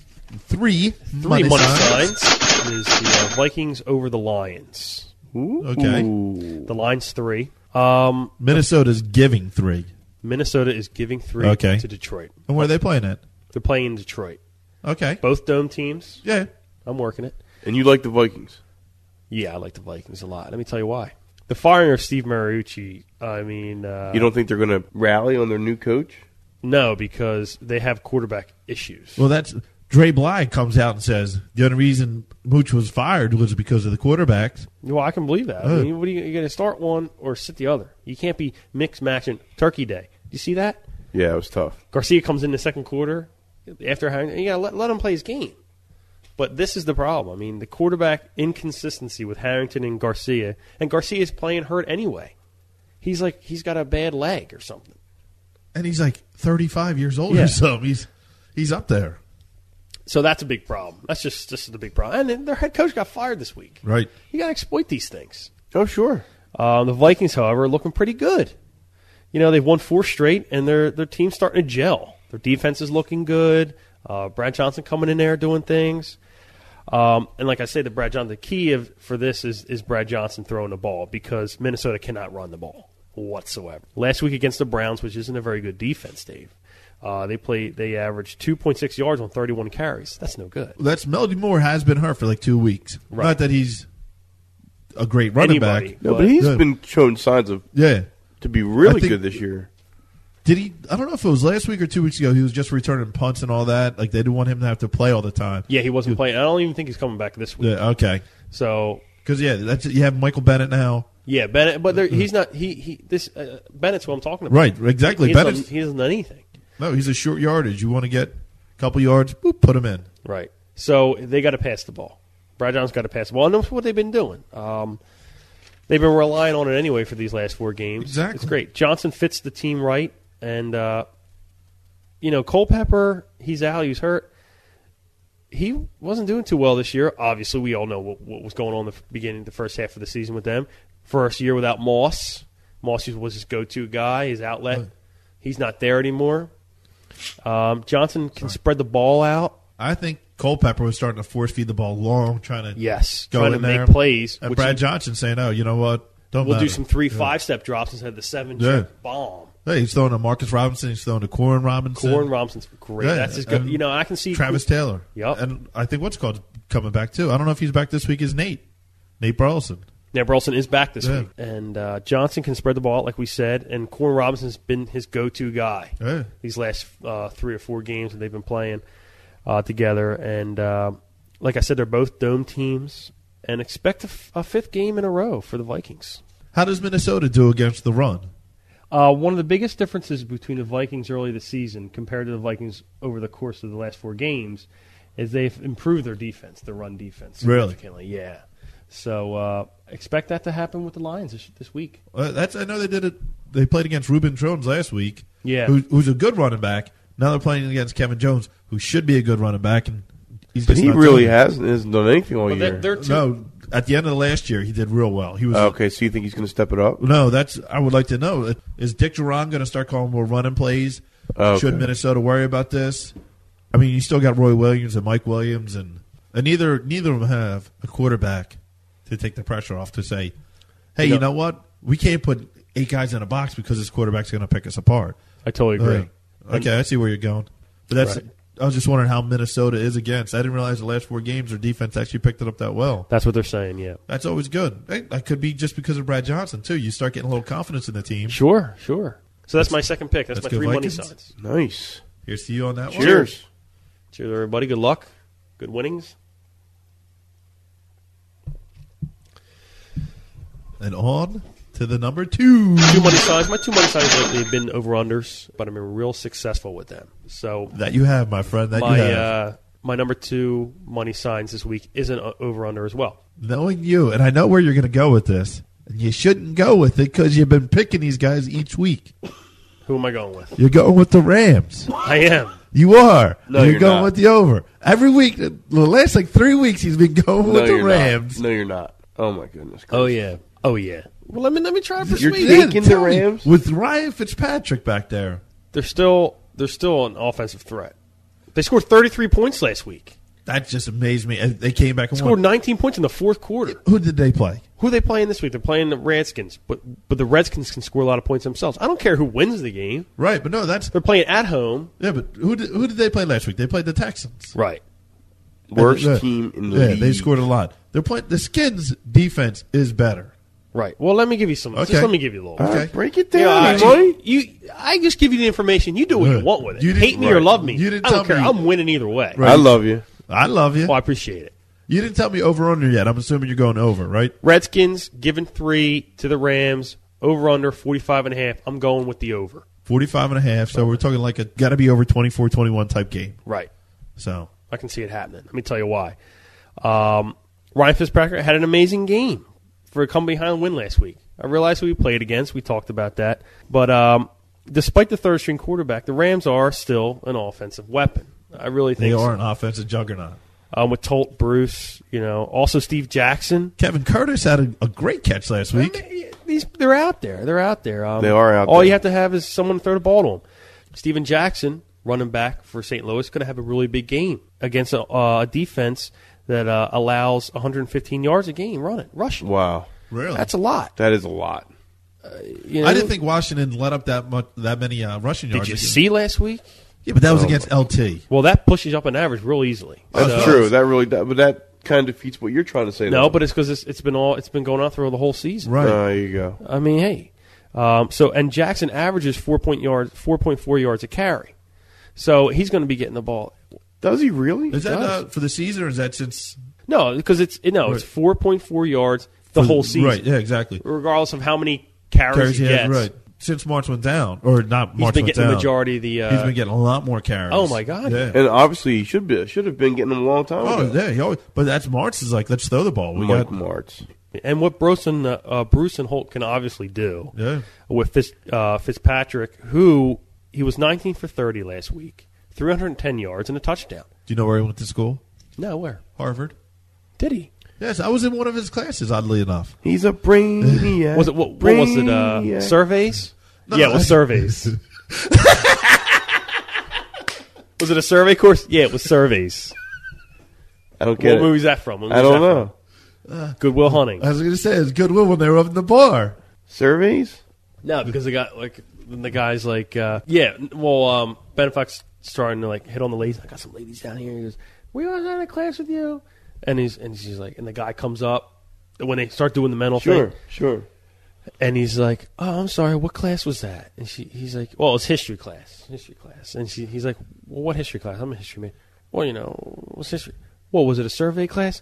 A: Three,
C: three
A: money
C: money,
A: signs.
C: signs, is the uh, Vikings over the Lions.
A: Okay.
C: The Lions three. Um,
A: Minnesota's giving three.
C: Minnesota is giving three
A: Okay.
C: to Detroit.
A: And where are they playing at?
C: They're playing in Detroit.
A: Okay.
C: Both dome teams.
A: Yeah.
C: I'm working it.
B: And you like the Vikings.
C: Yeah, I like the Vikings a lot. Let me tell you why. The firing of Steve Mariucci. I mean, uh,
B: You don't think they're going to rally on their new coach?
C: no, because they have quarterback issues.
A: Well, that's Dre Bly comes out and says the only reason Mooch was fired was because of the quarterbacks.
C: Well, I can believe that. I mean, what are you, you going to start one or sit the other? You can't be mix matching Turkey Day. You see that?
B: Yeah, it was tough.
C: Garcia comes in the second quarter after hiring. You got to let, let him play his game. But this is the problem. I mean, the quarterback inconsistency with Harrington and Garcia, and Garcia's playing hurt anyway. He's like he's got a bad leg or something.
A: And he's like 35 years old
C: Yeah.
A: or something. He's he's up there,
C: So that's a big problem. That's just this is the big problem. And then their head coach got fired this week.
A: right?
C: You got to exploit these things.
B: Oh, sure.
C: Um, the Vikings, however, are looking pretty good. You know, they've won four straight, and their their team's starting to gel. Their defense is looking good. Uh, Brad Johnson coming in there doing things. Um, and like I say, the Brad Johnson, the key of, for this is is Brad Johnson throwing the ball because Minnesota cannot run the ball whatsoever. Last week against the Browns, which isn't a very good defense, Dave, uh, they play they averaged two point six yards on thirty one carries. That's no good.
A: That's Melody Moore has been hurt for like two weeks.
C: Right.
A: Not that he's a great running
C: Anybody.
A: back.
B: No,
C: But-
B: but he's
A: Good.
B: been showing signs of
A: Yeah.
B: to be really
A: I think-
B: good this year.
A: Did he? I don't know if it was last week or two weeks ago. He was just returning punts and all that. Like they didn't want him to have to play all the time.
C: Yeah, he wasn't playing. I don't even think he's coming back this week.
A: Yeah, okay.
C: So
A: Because yeah, that's you have Michael Bennett now.
C: Yeah, Bennett, but there, he's not. He he. This uh, Bennett's what I'm talking about.
A: Right, exactly.
C: He doesn't-
A: Bennett's-
C: he doesn't do anything.
A: No, he's a short yardage. You want to get a couple yards, boop, put him in.
C: Right. So they got to pass the ball. Brad John's got to pass the ball, and that's what they've been doing. Um, they've been relying on it anyway for these last four games.
A: Exactly.
C: It's great. Johnson fits the team right, and uh, you know Culpepper, he's out, he's hurt. He wasn't doing too well this year. Obviously, we all know what, what was going on the f- beginning, the first half of the season with them. First year without Moss. Moss was his go-to guy, his outlet. He's not there anymore. Um, Johnson can spread the ball out.
A: I think Culpepper was starting to force feed the ball long, trying to
C: Yes,
A: go
C: trying
A: in
C: to make
A: there.
C: plays,
A: And
C: which
A: Brad
C: he-
A: Johnson saying, "Oh, you know what? Don't
C: We'll do
A: matter."
C: some three five step drops instead of the seven
A: Yeah.
C: step bomb.
A: Hey, he's throwing to Marcus Robinson. He's throwing to Corin Robinson.
C: Corin Robinson's great.
A: Yeah,
C: That's his good.
A: and
C: You know, I can see
A: Travis Taylor.
C: Yup.
A: And I think what's called coming back too. I don't know if he's back this week. Is Nate Nate Burleson?
C: Now Burleson is back this
A: Yeah.
C: week, and uh, Johnson can spread the ball out, like we said. And Corin Robinson's been his go to guy
A: Yeah.
C: these last uh, three or four games that they've been playing uh, together. And uh, like I said, they're both dome teams, and expect a, f- a fifth game in a row for the Vikings.
A: How does Minnesota do against the run?
C: Uh, one of the biggest differences between the Vikings early this season compared to the Vikings over the course of the last four games is they've improved their defense, their run defense,
A: Really?
C: significantly. Yeah. So uh, expect that to happen with the Lions this, this week.
A: Uh, that's I know they did it. They played against Ruben Jones last week.
C: Yeah.
A: who, who's a good running back. Now they're playing against Kevin Jones, who should be a good running back, and he's
B: But
A: just
B: he
A: not
B: really
A: doing it.
B: hasn't, hasn't done anything all
C: But
B: year.
C: they're, they're two,
A: No, at the end of the last year, he did real well. He was
B: okay, so you think he's going to step it up?
A: no. That's I would like to know. Is Dick Duran going to start calling more running plays?
C: Oh,
B: Okay.
A: Should Minnesota worry about this? I mean, you still got Roy Williams and Mike Williams, and and neither neither of them have a quarterback to take the pressure off to say, hey, you know, what? We can't put eight guys in a box because this quarterback's going to pick us apart.
C: I totally agree.
A: Uh, okay, I see where you're going. But that's. I was just wondering how Minnesota is against. I didn't realize the last four games their defense actually picked it up that well.
C: That's what they're saying. Yeah.
A: That's always good. Hey, That could be just because of Brad Johnson too. You start getting a little confidence in the team.
C: Sure. Sure. So that's, my second pick. That's
A: let's
C: my
A: go
C: three money
A: Vikings.
C: sides.
B: Nice.
A: Here's to you on that one.
B: Cheers.
C: Cheers, everybody. Good luck. Good winnings.
A: And on to the number two.
C: Two money sides. My two money sides lately have been over unders, but I've been real successful with them. So
A: That you have, my friend. That you
C: my
A: have.
C: uh, my number two money signs this week is an over under as well.
A: Knowing you, and I know where you're going to go with this. And you shouldn't go with it because you've been picking these guys each week.
C: Who am I going with?
A: You're going with the Rams.
C: I am.
A: You are.
B: No, you're
A: going
B: not.
A: with the over every week. The last like three weeks, he's been going
B: No,
A: with the
B: you're
A: Rams.
B: not. No, you're not. Oh my goodness.
C: Oh yeah. Oh yeah. Well, let me let me try for
B: You're
C: Sweden.
A: Yeah,
B: taking the
A: tell me,
B: Rams?
A: with Ryan Fitzpatrick back there.
C: They're still they're still an offensive threat. They scored 33 points last week.
A: That just amazed me. And They came back and
C: Scored
A: won.
C: 19 points in the fourth quarter.
A: Who did they play?
C: Who are they playing this week? They're playing the Redskins, but but the Redskins can score a lot of points themselves. I don't care who wins the game.
A: Right, but no, that's
C: They're playing at home.
A: Yeah, but who did, who did they play last week? They played the Texans.
C: Right.
B: Worst
A: And, uh,
B: team in the
A: yeah,
B: league.
A: they scored a lot. They're playing. The Skins defense is better.
C: Right. Well, let me give you some.
A: Okay.
C: Just let me give you a little.
B: All right,
A: okay.
B: break it
C: You know, I-
B: down, boy.
C: you, I just give you the information. You do what you
A: Look,
C: want with it.
A: you didn't-
C: Hate me or
A: right.
C: love me.
A: You didn't
C: I don't
A: tell
C: care.
A: me-
C: I'm winning either way.
A: Right.
B: I love you.
A: I love you.
C: Well, I appreciate it.
A: You didn't tell me over under yet. I'm assuming you're going over, right?
C: Redskins giving three to the Rams. Over under 45 and a half. I'm going with the over.
A: 45 and a half. So we're talking like a got to be over 24 21 type game.
C: Right.
A: So
C: I can see it happening. Let me tell you why. Um, Ryan Fitzpatrick had an amazing game for a come behind win last week. I realized who we played against. We talked about that. But um, despite the third string quarterback, the Rams are still an offensive weapon. I really
A: they
C: think so.
A: are an offensive juggernaut.
C: um, with Tolt Bruce, you know, also Steve Jackson.
A: Kevin Curtis had a, a great catch last
C: I
A: week.
C: mean, these they're out there. They're out there. Um,
B: They are out
C: All
B: there.
C: you have to have is someone to throw the ball to them. Steven Jackson, running back for St. Louis, going to have a really big game against a, uh, a defense that uh, allows 115 yards a game running, rushing.
B: Wow,
A: Really?
C: That's a lot.
B: that is a lot.
C: You know?
A: I didn't think Washington let up that much, that many uh, rushing yards.
C: Did you
A: again.
C: see last week?
A: Yeah, but that
B: Oh.
A: was against LT.
C: Well, that pushes up an average real easily.
B: That's
C: So-
B: true. That really, does, but that kind of defeats what you're trying to say.
C: No,
B: though.
C: but it's because it's, it's been all it's been going on through the whole season.
A: Right.
B: there you go.
C: I mean, hey. Um, so and Jackson averages four point yards, four point four yards a carry. So he's going to be getting the ball.
B: Does he really?
A: Is that
C: does.
A: uh, for the season or is that since
C: No, because it's no, it's four point four yards the whole season,
A: Right. Yeah, exactly.
C: regardless of how many carries,
A: Carries
C: he
A: he
C: gets.
A: had, right. Since March went down, or not
C: He's
A: March
C: been
A: went
C: getting the
A: down.
C: majority of the. Uh,
A: he's been getting a lot more carries.
C: Oh, my God.
A: Yeah.
B: And obviously, he should be should have been getting them a long time
A: Oh
B: ago.
A: yeah, he always, but that's March is like let's throw the ball. We
B: Mike
A: got
B: Martz.
C: and what Bruce and, uh, uh, Bruce and Holt can obviously do
A: Yeah.
C: with Fitz, uh, Fitzpatrick, who he was 19 for 30 last week, 310 yards and a touchdown.
A: Do you know where he went to school?
C: No, where
A: Harvard.
C: did he?
A: Yes, I was in one of his classes. Oddly enough,
B: He's a brainiac.
C: Was it what, what was it? Uh,
B: Brainiac.
C: surveys? yeah, it was surveys. was it a survey course? Yeah, it was surveys.
B: I don't
C: what
B: get
C: movie
B: it.
C: was that from? What
B: I
C: movie
B: don't
C: was that
B: know. Uh,
C: from? Goodwill Hunting.
A: I was going to say it's Goodwill when they were up in the bar.
B: Surveys.
C: No, because they got like then the guys like uh, yeah. n- Well, um, Ben Fox starting to like hit on the ladies. I got some ladies down here. He goes, "We all in a class with you," and he's and she's like, and the guy comes up when they start doing the mental
B: Sure,
C: thing,
B: sure.
C: and he's like, "Oh, I'm sorry, what class was that?" And she he's like, "Well, it's history class, history class," and she he's like, "Well, what history class? I'm a history man. Well, you know, what's history? What was it? A survey class?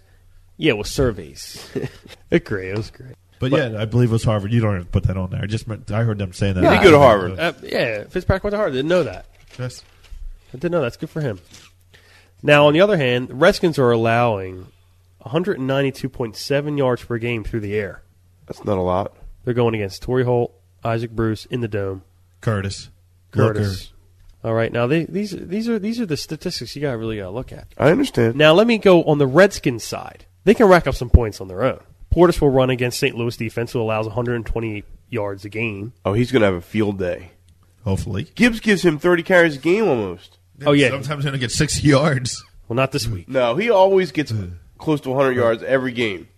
C: Yeah, it was surveys. it great. It was great."
A: But, yeah, I believe it was Harvard. You don't have to put that on there. I just meant, I heard them saying that.
B: He did go to Harvard.
C: Uh, yeah, Fitzpatrick went to Harvard. Didn't know that.
A: Yes.
C: I didn't know that's good for him. Now, on the other hand, the Redskins are allowing 192.7 yards per game through the air.
B: That's not a lot.
C: They're going against Torrey Holt, Isaac Bruce in the dome,
A: Curtis.
C: Curtis. All right, now they, these these are these are the statistics you got to really got to look at.
B: I understand.
C: Now, let me go on the Redskins side. They can rack up some points on their own. Portis will run against St. Louis defense, who allows 128 yards a game.
B: Oh, he's gonna have a field day.
A: Lurker, hopefully.
B: Gibbs gives him 30 carries a game almost.
C: Oh, yeah.
A: Sometimes they don't get six yards.
C: Well, not this week.
B: No, he always gets
A: Hmm.
B: close to 100 yards every game.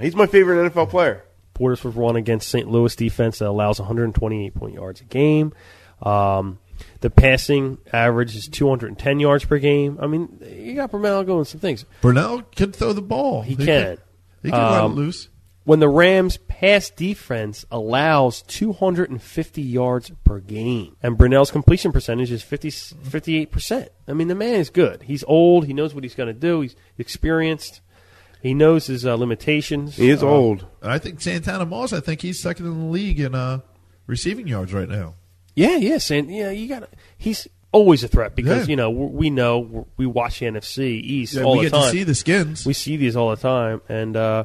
B: He's my favorite NFL player.
C: Portis was one against St. Louis defense that allows 128 point yards a game. Um, the passing average is 210 yards per game. I mean, you got Brumel going some things.
A: Brunel can throw the ball.
C: He can.
A: He can run
C: Um,
A: it loose.
C: When the Rams' pass defense allows 250 yards per game, and Brunell's completion percentage is 50, 58%. I mean, the man is good. He's old. He knows what he's going to do. He's experienced. He knows his uh, limitations.
B: He is
C: Uh,
B: old.
A: And I think Santana Moss. I think he's second in the league in uh, receiving yards right now.
C: Yeah, yes, and yeah, you got. to He's always a threat because
A: Yeah.
C: you know we we know we're- we watch the NFC East
A: Yeah,
C: all
A: we
C: the
A: get
C: time.
A: to see the skins.
C: we see these all the time, and uh,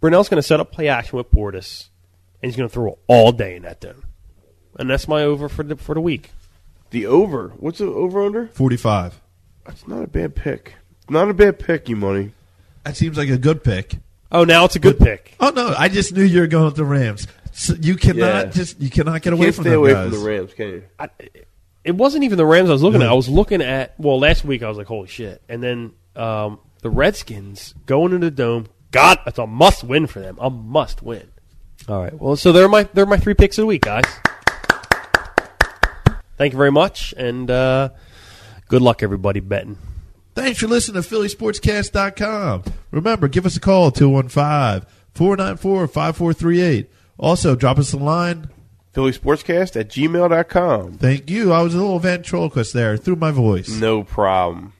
C: Brunell's going to set up play action with Portis, and he's going to throw all day in that dome, and that's my over for the for the week.
B: The over. What's the over under?
A: Forty-five.
B: That's not a bad pick. Not a bad pick, you money.
A: That seems like a good pick.
C: Oh, now it's a good pick.
A: Oh no! I just knew you were going with the Rams. So you cannot
B: Yeah.
A: just you cannot get away
B: Can't
A: from
B: stay
A: them
B: away
A: guys.
B: from the Rams, can you?
C: I, it wasn't even the Rams I was looking
A: No.
C: at. I was looking at well last week. I was like, holy shit! And then um, the Redskins going into the dome. God, that's a must win for them. A must win. All right. Well, so they're my they're my three picks of the week, guys. Thank you very much, and uh, good luck everybody betting.
A: Thanks for listening to PhillySportsCast.com. Remember, give us a call, 215 494 5438. Also, drop us a line.
B: Philly Sportscast at gmail.com.
A: Thank you. I was a little ventriloquist there through my voice.
B: No problem.